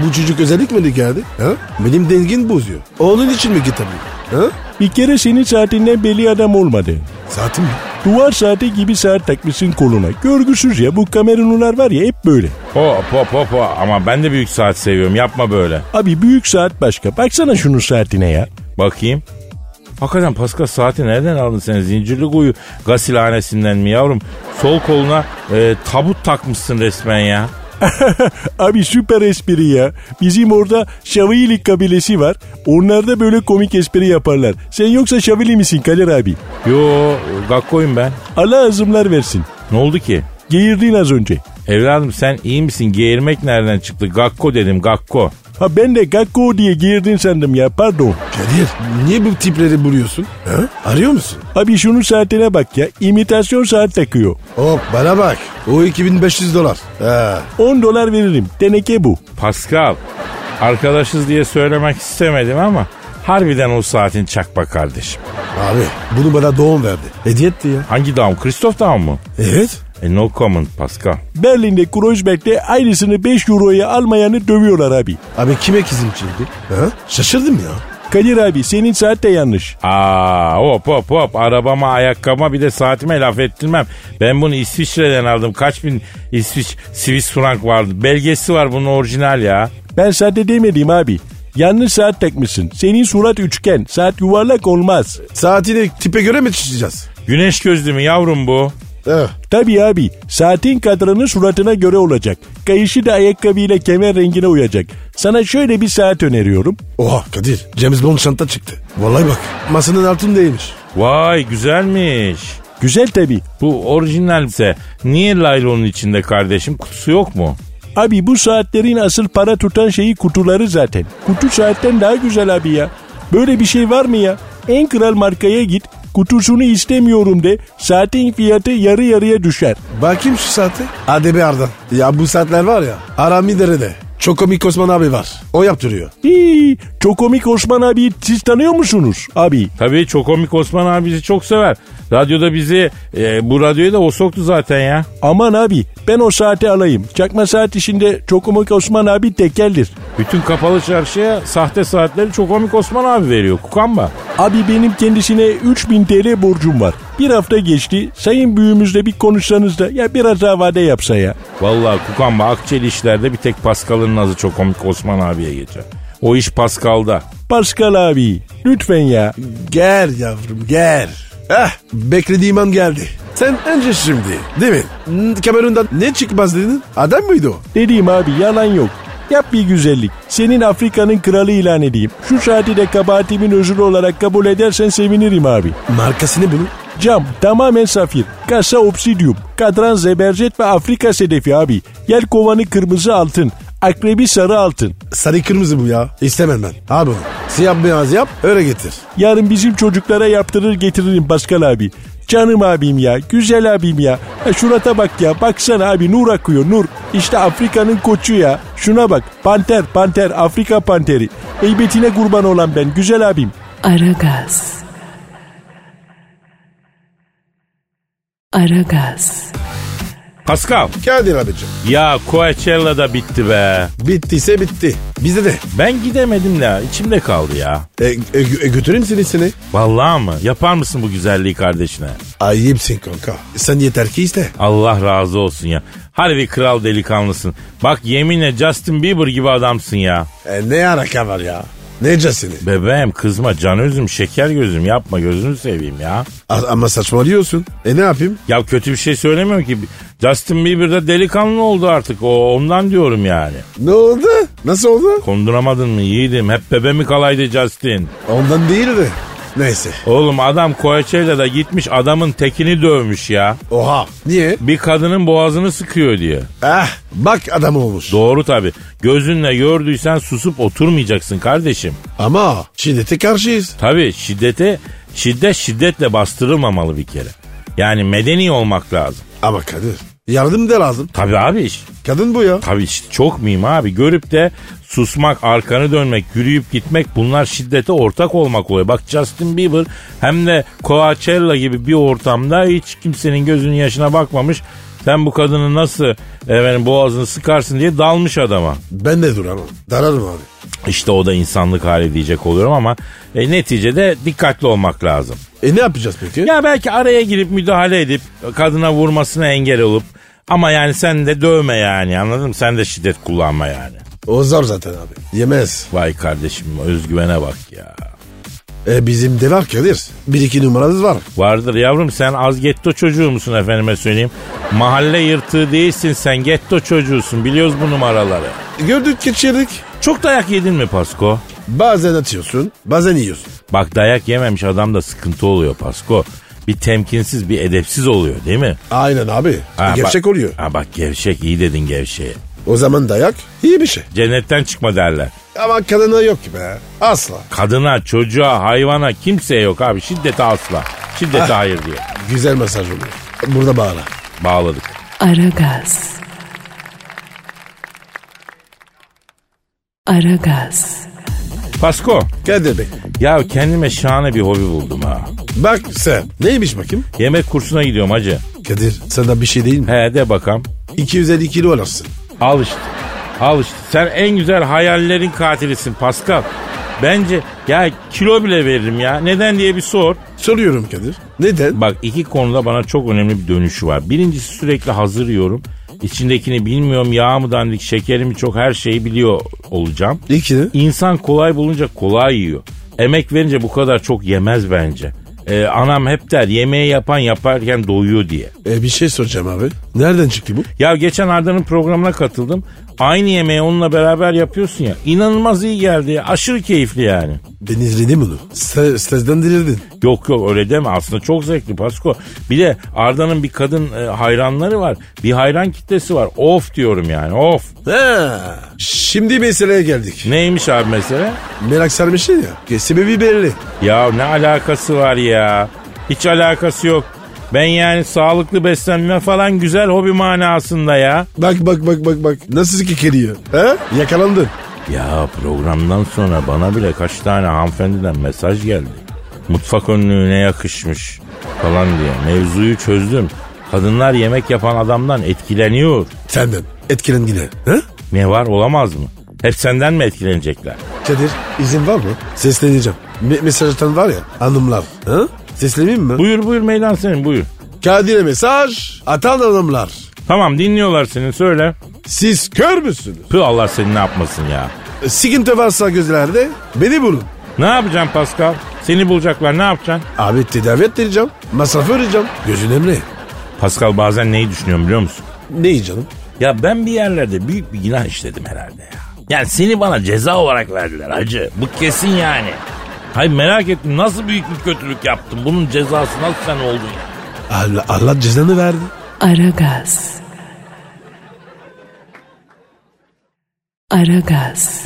Speaker 3: bu çocuk özellik mi geldi? Ha? Benim dengin bozuyor. Onun için mi gitmiyor? Ha?
Speaker 4: Bir kere senin saatinden belli adam olmadı.
Speaker 3: Zaten mi?
Speaker 4: Duvar saati gibi saat takmışsın koluna. Görgüsüz ya bu Kamerunlular var ya hep böyle.
Speaker 2: Hop hop hop hop. ama ben de büyük saat seviyorum yapma böyle.
Speaker 4: Abi büyük saat başka. Baksana şunun saatine ya.
Speaker 2: Bakayım. Hakikaten Pascal saati nereden aldın sen? Zincirli kuyu gasilhanesinden mi yavrum? Sol koluna e, tabut takmışsın resmen ya.
Speaker 4: Abi süper espri ya. Bizim orada Şavilik kabilesi var. Onlar da böyle komik espri yaparlar. Sen yoksa Şavili misin Kadir abi?
Speaker 2: Yo Gakko'yum ben.
Speaker 4: Allah azımlar versin.
Speaker 2: Ne oldu ki?
Speaker 4: Geğirdin az önce.
Speaker 2: Evladım sen iyi misin? Geğirmek nereden çıktı? Gakko dedim Gakko.
Speaker 4: Ha ben de Gakko diye girdin sandım ya pardon.
Speaker 3: Kadir niye bu tipleri buluyorsun? Ha? Arıyor musun?
Speaker 4: Abi şunun saatine bak ya. İmitasyon saat takıyor.
Speaker 3: Hop bana bak. O 2500 dolar. Ha.
Speaker 4: 10 dolar veririm. Teneke bu.
Speaker 2: Pascal arkadaşız diye söylemek istemedim ama harbiden o saatin çakma kardeşim.
Speaker 3: Abi bunu bana doğum verdi. Hediye etti ya.
Speaker 2: Hangi dağım? Kristof dağım mı?
Speaker 3: Evet.
Speaker 2: E no comment Pascal.
Speaker 4: Berlin'de Kreuzberg'de aynısını 5 euroya almayanı dövüyorlar abi.
Speaker 3: Abi kime kizim çizdi? Ha? Şaşırdım ya.
Speaker 4: Kadir abi senin saat de yanlış.
Speaker 2: Aa hop hop hop arabama ayakkabıma bir de saatime laf ettirmem. Ben bunu İsviçre'den aldım. Kaç bin İsviç Swiss frank vardı. Belgesi var bunun orijinal ya.
Speaker 4: Ben saatte demedim abi. Yanlış saat takmışsın. Senin surat üçgen. Saat yuvarlak olmaz.
Speaker 3: Saatini tipe göre mi çizeceğiz?
Speaker 2: Güneş gözlü mü yavrum bu?
Speaker 3: Evet.
Speaker 4: Tabii abi. Saatin kadranı suratına göre olacak. Kayışı da ayakkabıyla kemer rengine uyacak. Sana şöyle bir saat öneriyorum.
Speaker 3: Oha Kadir. James Bond çanta çıktı. Vallahi bak. Masanın altındaymış.
Speaker 2: Vay güzelmiş.
Speaker 4: Güzel tabii.
Speaker 2: Bu orijinalse niye laylonun içinde kardeşim kutusu yok mu?
Speaker 4: Abi bu saatlerin asıl para tutan şeyi kutuları zaten. Kutu saatten daha güzel abi ya. Böyle bir şey var mı ya? En kral markaya git. Kutusunu istemiyorum de. Saatin fiyatı yarı yarıya düşer.
Speaker 3: Bakayım şu saati. Hadi be Arda. Ya bu saatler var ya. Arami Dere'de. Çok komik Osman abi var. O yaptırıyor.
Speaker 4: Hii, çok komik Osman abi siz tanıyor musunuz? Abi
Speaker 2: Tabii çok komik Osman abi bizi çok sever. Radyoda bizi e, bu radyoya da o soktu zaten ya.
Speaker 4: aman abi ben o saati alayım. Çakma saat işinde çok komik Osman abi tekeldir.
Speaker 2: Bütün kapalı çarşıya sahte saatleri çok komik Osman abi veriyor. Kukamba.
Speaker 4: Abi benim kendisine 3000 TL borcum var. Bir hafta geçti. Sayın büyüğümüzle bir konuşsanız da ya biraz daha vade yapsa ya.
Speaker 2: Vallahi Kukamba Akçeli işlerde bir tek Pascal'ın nazı çok komik Osman abiye geçer. O iş Pascal'da.
Speaker 4: Pascal abi lütfen ya.
Speaker 3: Gel yavrum gel. Eh beklediğim an geldi. Sen önce şimdi değil mi? N- Kamerun'dan ne çıkmaz dedin? Adam mıydı o?
Speaker 4: Dediğim abi yalan yok. Yap bir güzellik. Senin Afrika'nın kralı ilan edeyim. Şu saati de kabahatimin özrü olarak kabul edersen sevinirim abi.
Speaker 3: Markası ne bunun?
Speaker 4: Cam tamamen safir. Kasa obsidyum. Kadran zebercet ve Afrika sedefi abi. Yer kovanı kırmızı altın. Akrebi sarı altın.
Speaker 3: Sarı kırmızı bu ya. İstemem ben. Abi onu. Siyah beyaz yap öyle getir.
Speaker 4: Yarın bizim çocuklara yaptırır getiririm Pascal abi. Canım abim ya, güzel abim ya. Ha, şurata bak ya, baksana abi nur akıyor nur. İşte Afrika'nın koçu ya. Şuna bak, panter panter, Afrika panteri. Heybetine kurban olan ben, güzel abim.
Speaker 1: Aragaz. Aragaz.
Speaker 2: Pascal
Speaker 3: Kadir abicim.
Speaker 2: ya Coachella da bitti be.
Speaker 3: Bittiyse bitti. Bize de.
Speaker 2: Ben gidemedim ya içimde kaldı ya.
Speaker 3: E, e, gö- e, götüreyim seni seni.
Speaker 2: Vallahi mı? Yapar mısın bu güzelliği kardeşine?
Speaker 3: Ayıpsın kanka. Sen yeter ki iste.
Speaker 2: Allah razı olsun ya. Harbi kral delikanlısın. Bak yeminle Justin Bieber gibi adamsın ya.
Speaker 3: E, ne alaka var ya? Nece seni?
Speaker 2: Bebeğim kızma can özüm şeker gözüm yapma gözünü seveyim ya.
Speaker 3: A- ama saçmalıyorsun. E ne yapayım?
Speaker 2: Ya kötü bir şey söylemiyorum ki. Justin Bieber de delikanlı oldu artık o ondan diyorum yani.
Speaker 3: Ne oldu? Nasıl oldu?
Speaker 2: Konduramadın mı yiğidim hep bebe mi kalaydı Justin?
Speaker 3: Ondan değildi. Neyse.
Speaker 2: Oğlum adam Coachella'da gitmiş adamın tekini dövmüş ya.
Speaker 3: Oha. Niye?
Speaker 2: Bir kadının boğazını sıkıyor diye.
Speaker 3: Ah bak adam olmuş.
Speaker 2: Doğru tabi. Gözünle gördüysen susup oturmayacaksın kardeşim.
Speaker 3: Ama şiddete karşıyız.
Speaker 2: Tabi şiddete şiddet şiddetle bastırılmamalı bir kere. Yani medeni olmak lazım.
Speaker 3: Ama Kadir yardım da lazım.
Speaker 2: Tabi abi iş-
Speaker 3: Kadın bu ya.
Speaker 2: Tabii işte çok mühim abi. Görüp de susmak, arkanı dönmek, yürüyüp gitmek bunlar şiddete ortak olmak oluyor. Bak Justin Bieber hem de Coachella gibi bir ortamda hiç kimsenin gözünün yaşına bakmamış. Sen bu kadını nasıl efendim, boğazını sıkarsın diye dalmış adama.
Speaker 3: Ben de duramam. Dararım abi.
Speaker 2: İşte o da insanlık hali diyecek oluyorum ama e, neticede dikkatli olmak lazım.
Speaker 3: E ne yapacağız peki?
Speaker 2: Ya belki araya girip müdahale edip kadına vurmasına engel olup ama yani sen de dövme yani anladın mı? Sen de şiddet kullanma yani.
Speaker 3: O zor zaten abi. Yemez.
Speaker 2: Vay kardeşim özgüvene bak ya.
Speaker 3: E bizim de var Kadir. Bir iki numaramız var.
Speaker 2: Vardır yavrum sen az getto çocuğu musun efendime söyleyeyim. Mahalle yırtığı değilsin sen getto çocuğusun biliyoruz bu numaraları.
Speaker 3: Gördük geçirdik.
Speaker 2: Çok dayak yedin mi Pasko?
Speaker 3: Bazen atıyorsun bazen yiyorsun.
Speaker 2: Bak dayak yememiş adamda sıkıntı oluyor Pasko. Bir temkinsiz bir edepsiz oluyor değil mi?
Speaker 3: Aynen abi.
Speaker 2: Ha, bak-
Speaker 3: E, Gevşek oluyor.
Speaker 2: Ha bak gevşek iyi dedin gevşeğe.
Speaker 3: O zaman dayak iyi bir şey.
Speaker 2: Cennetten çıkma derler.
Speaker 3: Ama kadına yok ki be. Asla.
Speaker 2: Kadına, çocuğa, hayvana kimseye yok abi. Şiddete asla. Şiddete
Speaker 3: Ah.
Speaker 2: hayır diye.
Speaker 3: Güzel mesaj oluyor. Burada bağla.
Speaker 2: Bağladık.
Speaker 1: Aragaz. Aragaz.
Speaker 2: Pasko
Speaker 3: Kadir Bey.
Speaker 2: ya kendime şahane bir hobi buldum ha.
Speaker 3: Bak sen. Neymiş bakayım?
Speaker 2: Yemek kursuna gidiyorum hacı.
Speaker 3: Kadir sana bir şey değil mi?
Speaker 2: He de bakam.
Speaker 3: 250 kilo alırsın.
Speaker 2: Al işte. Al işte. Sen en güzel hayallerin katilisin Pascal. Bence ya kilo bile veririm ya. Neden diye bir sor.
Speaker 3: Soruyorum Kadir. Neden?
Speaker 2: Bak iki konuda bana çok önemli bir dönüşü var. Birincisi sürekli hazır yiyorum. İçindekini bilmiyorum yağ mı dandik şeker mi çok her şeyi biliyor olacağım.
Speaker 3: İki.
Speaker 2: İnsan kolay bulunca kolay yiyor. Emek verince bu kadar çok yemez bence. Ee, anam hep der yemeği yapan yaparken doyuyor diye.
Speaker 3: E, bir şey soracağım abi. Nereden çıktı bu?
Speaker 2: Ya geçen Arda'nın programına katıldım. Aynı yemeği onunla beraber yapıyorsun ya. İnanılmaz iyi geldi ya. Aşırı keyifli yani.
Speaker 3: Denizli'ni bunu. Se sezlendirdin.
Speaker 2: Yok yok öyle deme. Aslında çok zevkli Pasko. Bir de Arda'nın bir kadın e, hayranları var. Bir hayran kitlesi var. Of diyorum yani of.
Speaker 3: Ha. Şimdi meseleye geldik.
Speaker 2: Neymiş abi mesele?
Speaker 3: Merak sarmışsın ya. E, Sebebi belli.
Speaker 2: Ya ne alakası var ya? Hiç alakası yok. Ben yani sağlıklı beslenme falan güzel hobi manasında ya.
Speaker 3: Bak bak bak bak bak. Nasıl kekeliyor? Ha? Yakalandın.
Speaker 2: Ya programdan sonra bana bile kaç tane hanımefendiden mesaj geldi. Mutfak önlüğüne yakışmış falan diye. Mevzuyu çözdüm. Kadınlar yemek yapan adamdan etkileniyor.
Speaker 3: Senden. Etkilen yine. Ha?
Speaker 2: Ne var olamaz mı? Hep senden mi etkilenecekler?
Speaker 3: Kadir izin var mı? Sesleneceğim. Me mesaj atan var ya hanımlar. Ha? Sesleneyim mi?
Speaker 2: Buyur buyur meydan senin buyur.
Speaker 3: Kadir'e mesaj atan hanımlar.
Speaker 2: Tamam dinliyorlar seni söyle.
Speaker 3: Siz kör müsünüz?
Speaker 2: Pı Allah seni ne yapmasın ya.
Speaker 3: E, Sıkıntı varsa gözlerde beni bulun.
Speaker 2: Ne yapacaksın Pascal? Seni bulacaklar ne yapacaksın?
Speaker 3: Abi tedavi ettireceğim. Masrafı öreceğim. Gözün emri.
Speaker 2: Pascal bazen neyi düşünüyorum biliyor musun?
Speaker 3: Neyi canım?
Speaker 2: Ya ben bir yerlerde büyük bir günah işledim herhalde ya. Yani seni bana ceza olarak verdiler hacı. Bu kesin yani. Hayır merak ettim nasıl büyük bir kötülük yaptın? Bunun cezası nasıl sen oldun ya?
Speaker 3: Allah, Allah cezanı verdi.
Speaker 1: Aragaz. Aragaz.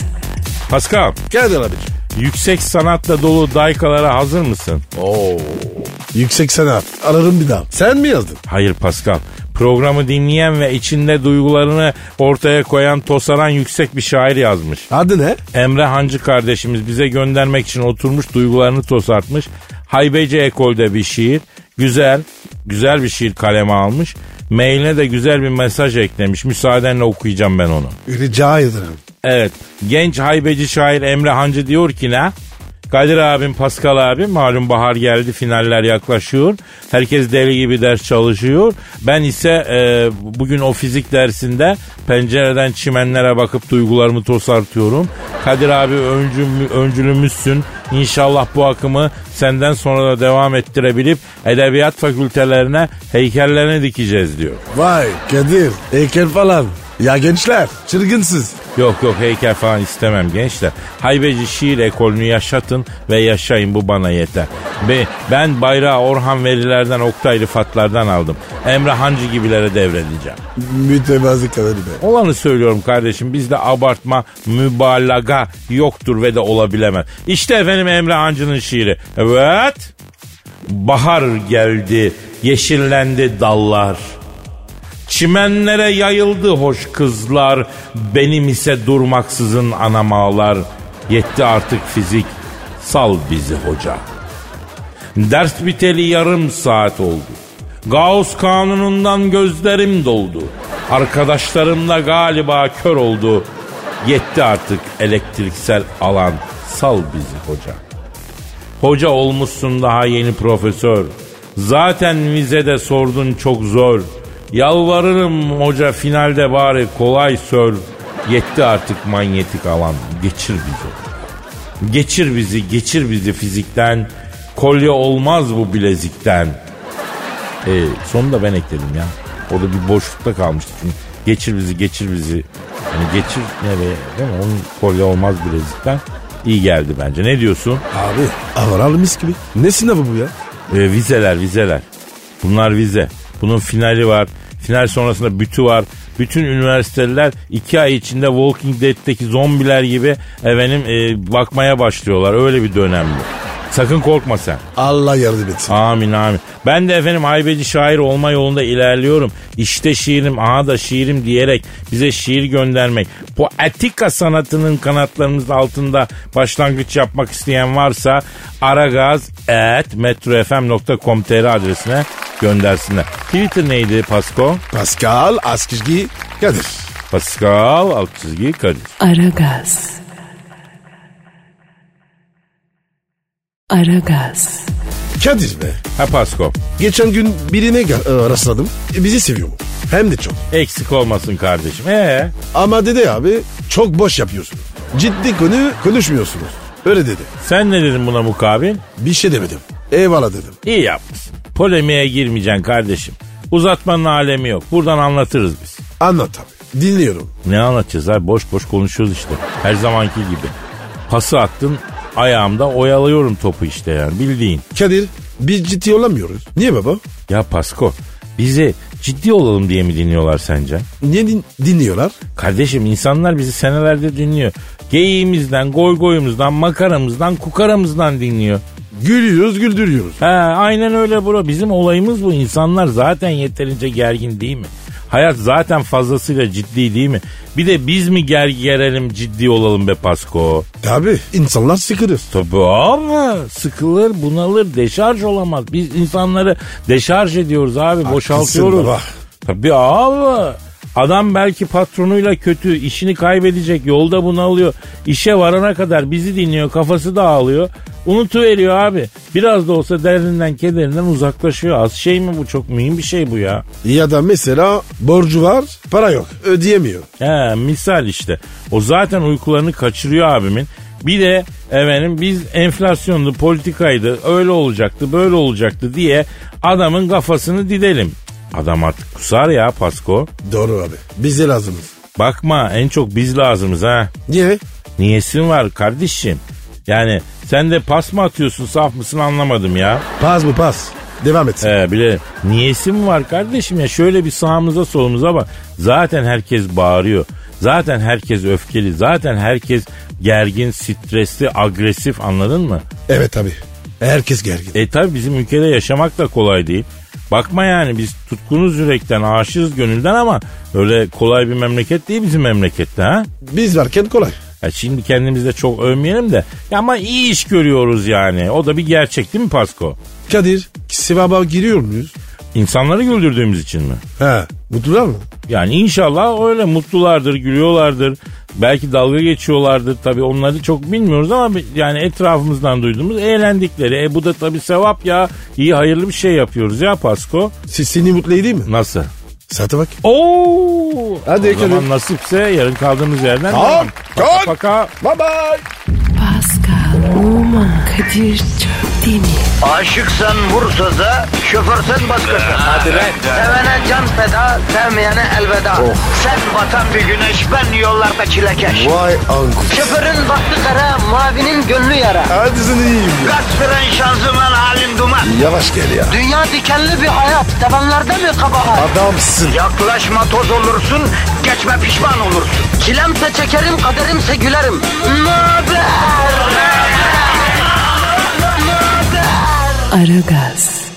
Speaker 2: Pascal,
Speaker 3: Kadir abicim.
Speaker 2: yüksek sanatla dolu daykalara hazır mısın?
Speaker 3: Yüksek sanat. Ararım bir daha. Sen mi yazdın?
Speaker 2: Hayır Pascal. Programı dinleyen ve içinde duygularını ortaya koyan, tosaran yüksek bir şair yazmış.
Speaker 3: Adı ne?
Speaker 2: Emre Hancı kardeşimiz bize göndermek için oturmuş duygularını tosartmış. Haybeci ekolde bir şiir. Güzel, güzel bir şiir kaleme almış. Mailine de güzel bir mesaj eklemiş. Müsaadenle okuyacağım ben onu.
Speaker 3: Rica ederim.
Speaker 2: Evet, genç haybeci şair Emre Hancı diyor ki ne? Kadir abim, Pascal abim malum bahar geldi finaller yaklaşıyor. Herkes deli gibi ders çalışıyor. Ben ise e, bugün o fizik dersinde pencereden çimenlere bakıp duygularımı tosartıyorum. Kadir abi öncüm, öncülümüzsün. İnşallah bu akımı senden sonra da devam ettirebilip edebiyat fakültelerine heykellerini dikeceğiz diyor.
Speaker 3: Vay Kadir. Heykel falan. Ya gençler çılgınsız.
Speaker 2: Yok yok heykel falan istemem gençler. Haybeci şiir ekolünü yaşatın ve yaşayın bu bana yeter. Be, ben bayrağı Orhan Velilerden Oktay Rıfatlardan aldım. Emre Hancı gibilere devredeceğim.
Speaker 3: Mütevazı Kadir be.
Speaker 2: Olanı söylüyorum kardeşim bizde abartma mübalağa yoktur ve de olabilemez. İşte efendim Emre Hancı'nın şiiri. Evet. Bahar geldi yeşillendi dallar. Çimenlere yayıldı hoş kızlar. Benim ise durmaksızın anam ağlar. Yetti artık fizik. Sal bizi hoca. Ders biteli yarım saat oldu. Gauss kanunundan gözlerim doldu. Arkadaşlarım da galiba kör oldu. Yetti artık elektriksel alan. Sal bizi hoca. Hoca olmuşsun daha yeni profesör. Zaten vize de sordun çok zor. Yalvarırım hoca finalde bari kolay sör. Yetti artık manyetik alan. Geçir bizi. Geçir bizi, geçir bizi fizikten. Kolye olmaz bu bilezikten. E, sonunda ben ekledim ya. O da bir boşlukta kalmıştı. Çünkü geçir bizi, geçir bizi. Hani geçir nereye değil mi? Onun kolye olmaz bilezikten. İyi geldi bence. Ne diyorsun?
Speaker 3: Abi avaralı mis gibi. Ne sınavı bu ya?
Speaker 2: E, vizeler vizeler. Bunlar vize. Bunun finali var. Final sonrasında bütü var. Bütün üniversiteler iki ay içinde Walking Dead'teki zombiler gibi efendim e, bakmaya başlıyorlar. Öyle bir dönem bu. Sakın korkma sen.
Speaker 3: Allah yardım etsin.
Speaker 2: Amin amin. Ben de efendim haybeci şair olma yolunda ilerliyorum. İşte şiirim, aha da şiirim diyerek bize şiir göndermek. Bu etika sanatının kanatlarımız altında başlangıç yapmak isteyen varsa aragaz.metrofm.com.tr adresine göndersinler. Twitter neydi Pasko?
Speaker 3: Pascal Askizgi Kadir.
Speaker 2: Pascal alt çizgi Kadir.
Speaker 1: Aragaz. Aragaz.
Speaker 3: Kadir be.
Speaker 2: Ha Pasko.
Speaker 3: Geçen gün birine ga- e, rastladım. E, bizi seviyor. Hem de çok.
Speaker 2: Eksik olmasın kardeşim. Ee,
Speaker 3: Ama dedi abi çok boş yapıyorsun. Ciddi konu konuşmuyorsunuz. Öyle dedi.
Speaker 2: sen ne dedin buna mukabil?
Speaker 3: Bir şey demedim. Eyvallah dedim.
Speaker 2: İyi yapmışsın. Polemiğe girmeyeceksin kardeşim. Uzatmanın alemi yok. Buradan anlatırız biz.
Speaker 3: Anlat abi. Dinliyorum.
Speaker 2: Ne anlatacağız abi? Boş boş konuşuyoruz işte. Her zamanki gibi. Pası attın ayağımda oyalıyorum topu işte yani bildiğin.
Speaker 3: Kadir biz ciddi olamıyoruz. Niye baba?
Speaker 2: Ya Pasko bizi ciddi olalım diye mi dinliyorlar sence?
Speaker 3: Niye din- dinliyorlar?
Speaker 2: Kardeşim insanlar bizi senelerde dinliyor. Geyiğimizden, goygoyumuzdan, makaramızdan, kukaramızdan dinliyor.
Speaker 3: Gülüyoruz güldürüyoruz.
Speaker 2: He, aynen öyle bro. Bizim olayımız bu. İnsanlar zaten yeterince gergin değil mi? Hayat zaten fazlasıyla ciddi değil mi? Bir de biz mi gergi gerelim ciddi olalım be Pasko?
Speaker 3: Tabi insanlar sıkılır.
Speaker 2: Tabii abi. Sıkılır, bunalır, deşarj olamaz. Biz insanları deşarj ediyoruz abi, boşaltıyoruz.
Speaker 3: baba.
Speaker 2: Tabii abi. Adam belki patronuyla kötü, işini kaybedecek, yolda bunalıyor. İşe varana kadar bizi dinliyor, kafası dağılıyor. Unutuveriyor abi. Biraz da olsa derdinden, kederinden uzaklaşıyor. Az şey mi bu? Çok mühim bir şey bu ya.
Speaker 3: Ya da mesela borcu var para yok ödeyemiyor.
Speaker 2: He misal işte. O zaten uykularını kaçırıyor abimin. Bir de efendim biz enflasyondu, politikaydı, öyle olacaktı, böyle olacaktı diye adamın kafasını didelim. Adam artık kusar ya Pasko.
Speaker 3: Doğru abi bize lazımız.
Speaker 2: Bakma en çok biz lazımız ha.
Speaker 3: Niye?
Speaker 2: Niyesin var kardeşim? Yani sen de pas mı atıyorsun saf mısın anlamadım ya.
Speaker 3: Pas bu pas. Devam et.
Speaker 2: He bile niyesi mi var kardeşim ya şöyle bir sağımıza solumuza bak. Zaten herkes bağırıyor. Zaten herkes öfkeli. Zaten herkes gergin, stresli, agresif anladın mı?
Speaker 3: Evet abi. Herkes gergin.
Speaker 2: E tabi bizim ülkede yaşamak da kolay değil. Bakma yani biz tutkunuz yürekten, aşığız gönülden ama öyle kolay bir memleket değil bizim memlekette ha.
Speaker 3: Biz varken kolay.
Speaker 2: Ya şimdi kendimizi de çok övmeyelim de ya ama iyi iş görüyoruz yani. O da bir gerçek değil mi Pasko?
Speaker 3: Kadir sevaba giriyor muyuz?
Speaker 2: İnsanları güldürdüğümüz için mi?
Speaker 3: He. Mutlular mı?
Speaker 2: Yani inşallah öyle mutlulardır, gülüyorlardır. Belki dalga geçiyorlardır. Tabii onları çok bilmiyoruz ama bi- yani etrafımızdan duyduğumuz eğlendikleri. E bu da tabii sevap ya. İyi hayırlı bir şey yapıyoruz ya Pasko.
Speaker 3: Se- seni mutlu edeyim mi?
Speaker 2: Nasıl?
Speaker 3: Saate bak.
Speaker 2: Oo!
Speaker 3: Hadi
Speaker 2: o zaman
Speaker 3: Kadir.
Speaker 2: nasipse yarın kaldığımız yerden
Speaker 3: Tamam,
Speaker 2: devam. Paka
Speaker 3: tamam.
Speaker 2: paka.
Speaker 3: Bye bye.
Speaker 1: Pascal, Oman, Kadir çok değil mi?
Speaker 6: Aşıksan vursa da, şoförsen başkasın. Hadi Sevene can feda, sevmeyene elveda. Sen batan bir güneş, ben yollarda çilekeş.
Speaker 3: Vay anku.
Speaker 6: Şoförün baktı kara, mavinin gönlü yara.
Speaker 3: Hadi sen iyiyim ya.
Speaker 6: Kasperen şanzıman halin duman.
Speaker 3: Yavaş gel ya.
Speaker 6: Dünya dikenli bir hayat, sevenlerde mi kabahar?
Speaker 3: Adamsın.
Speaker 6: Yaklaşma toz olursun, geçme pişman olursun. Çilemse çekerim, kaderimse gülerim. Möber!
Speaker 1: Aragaz.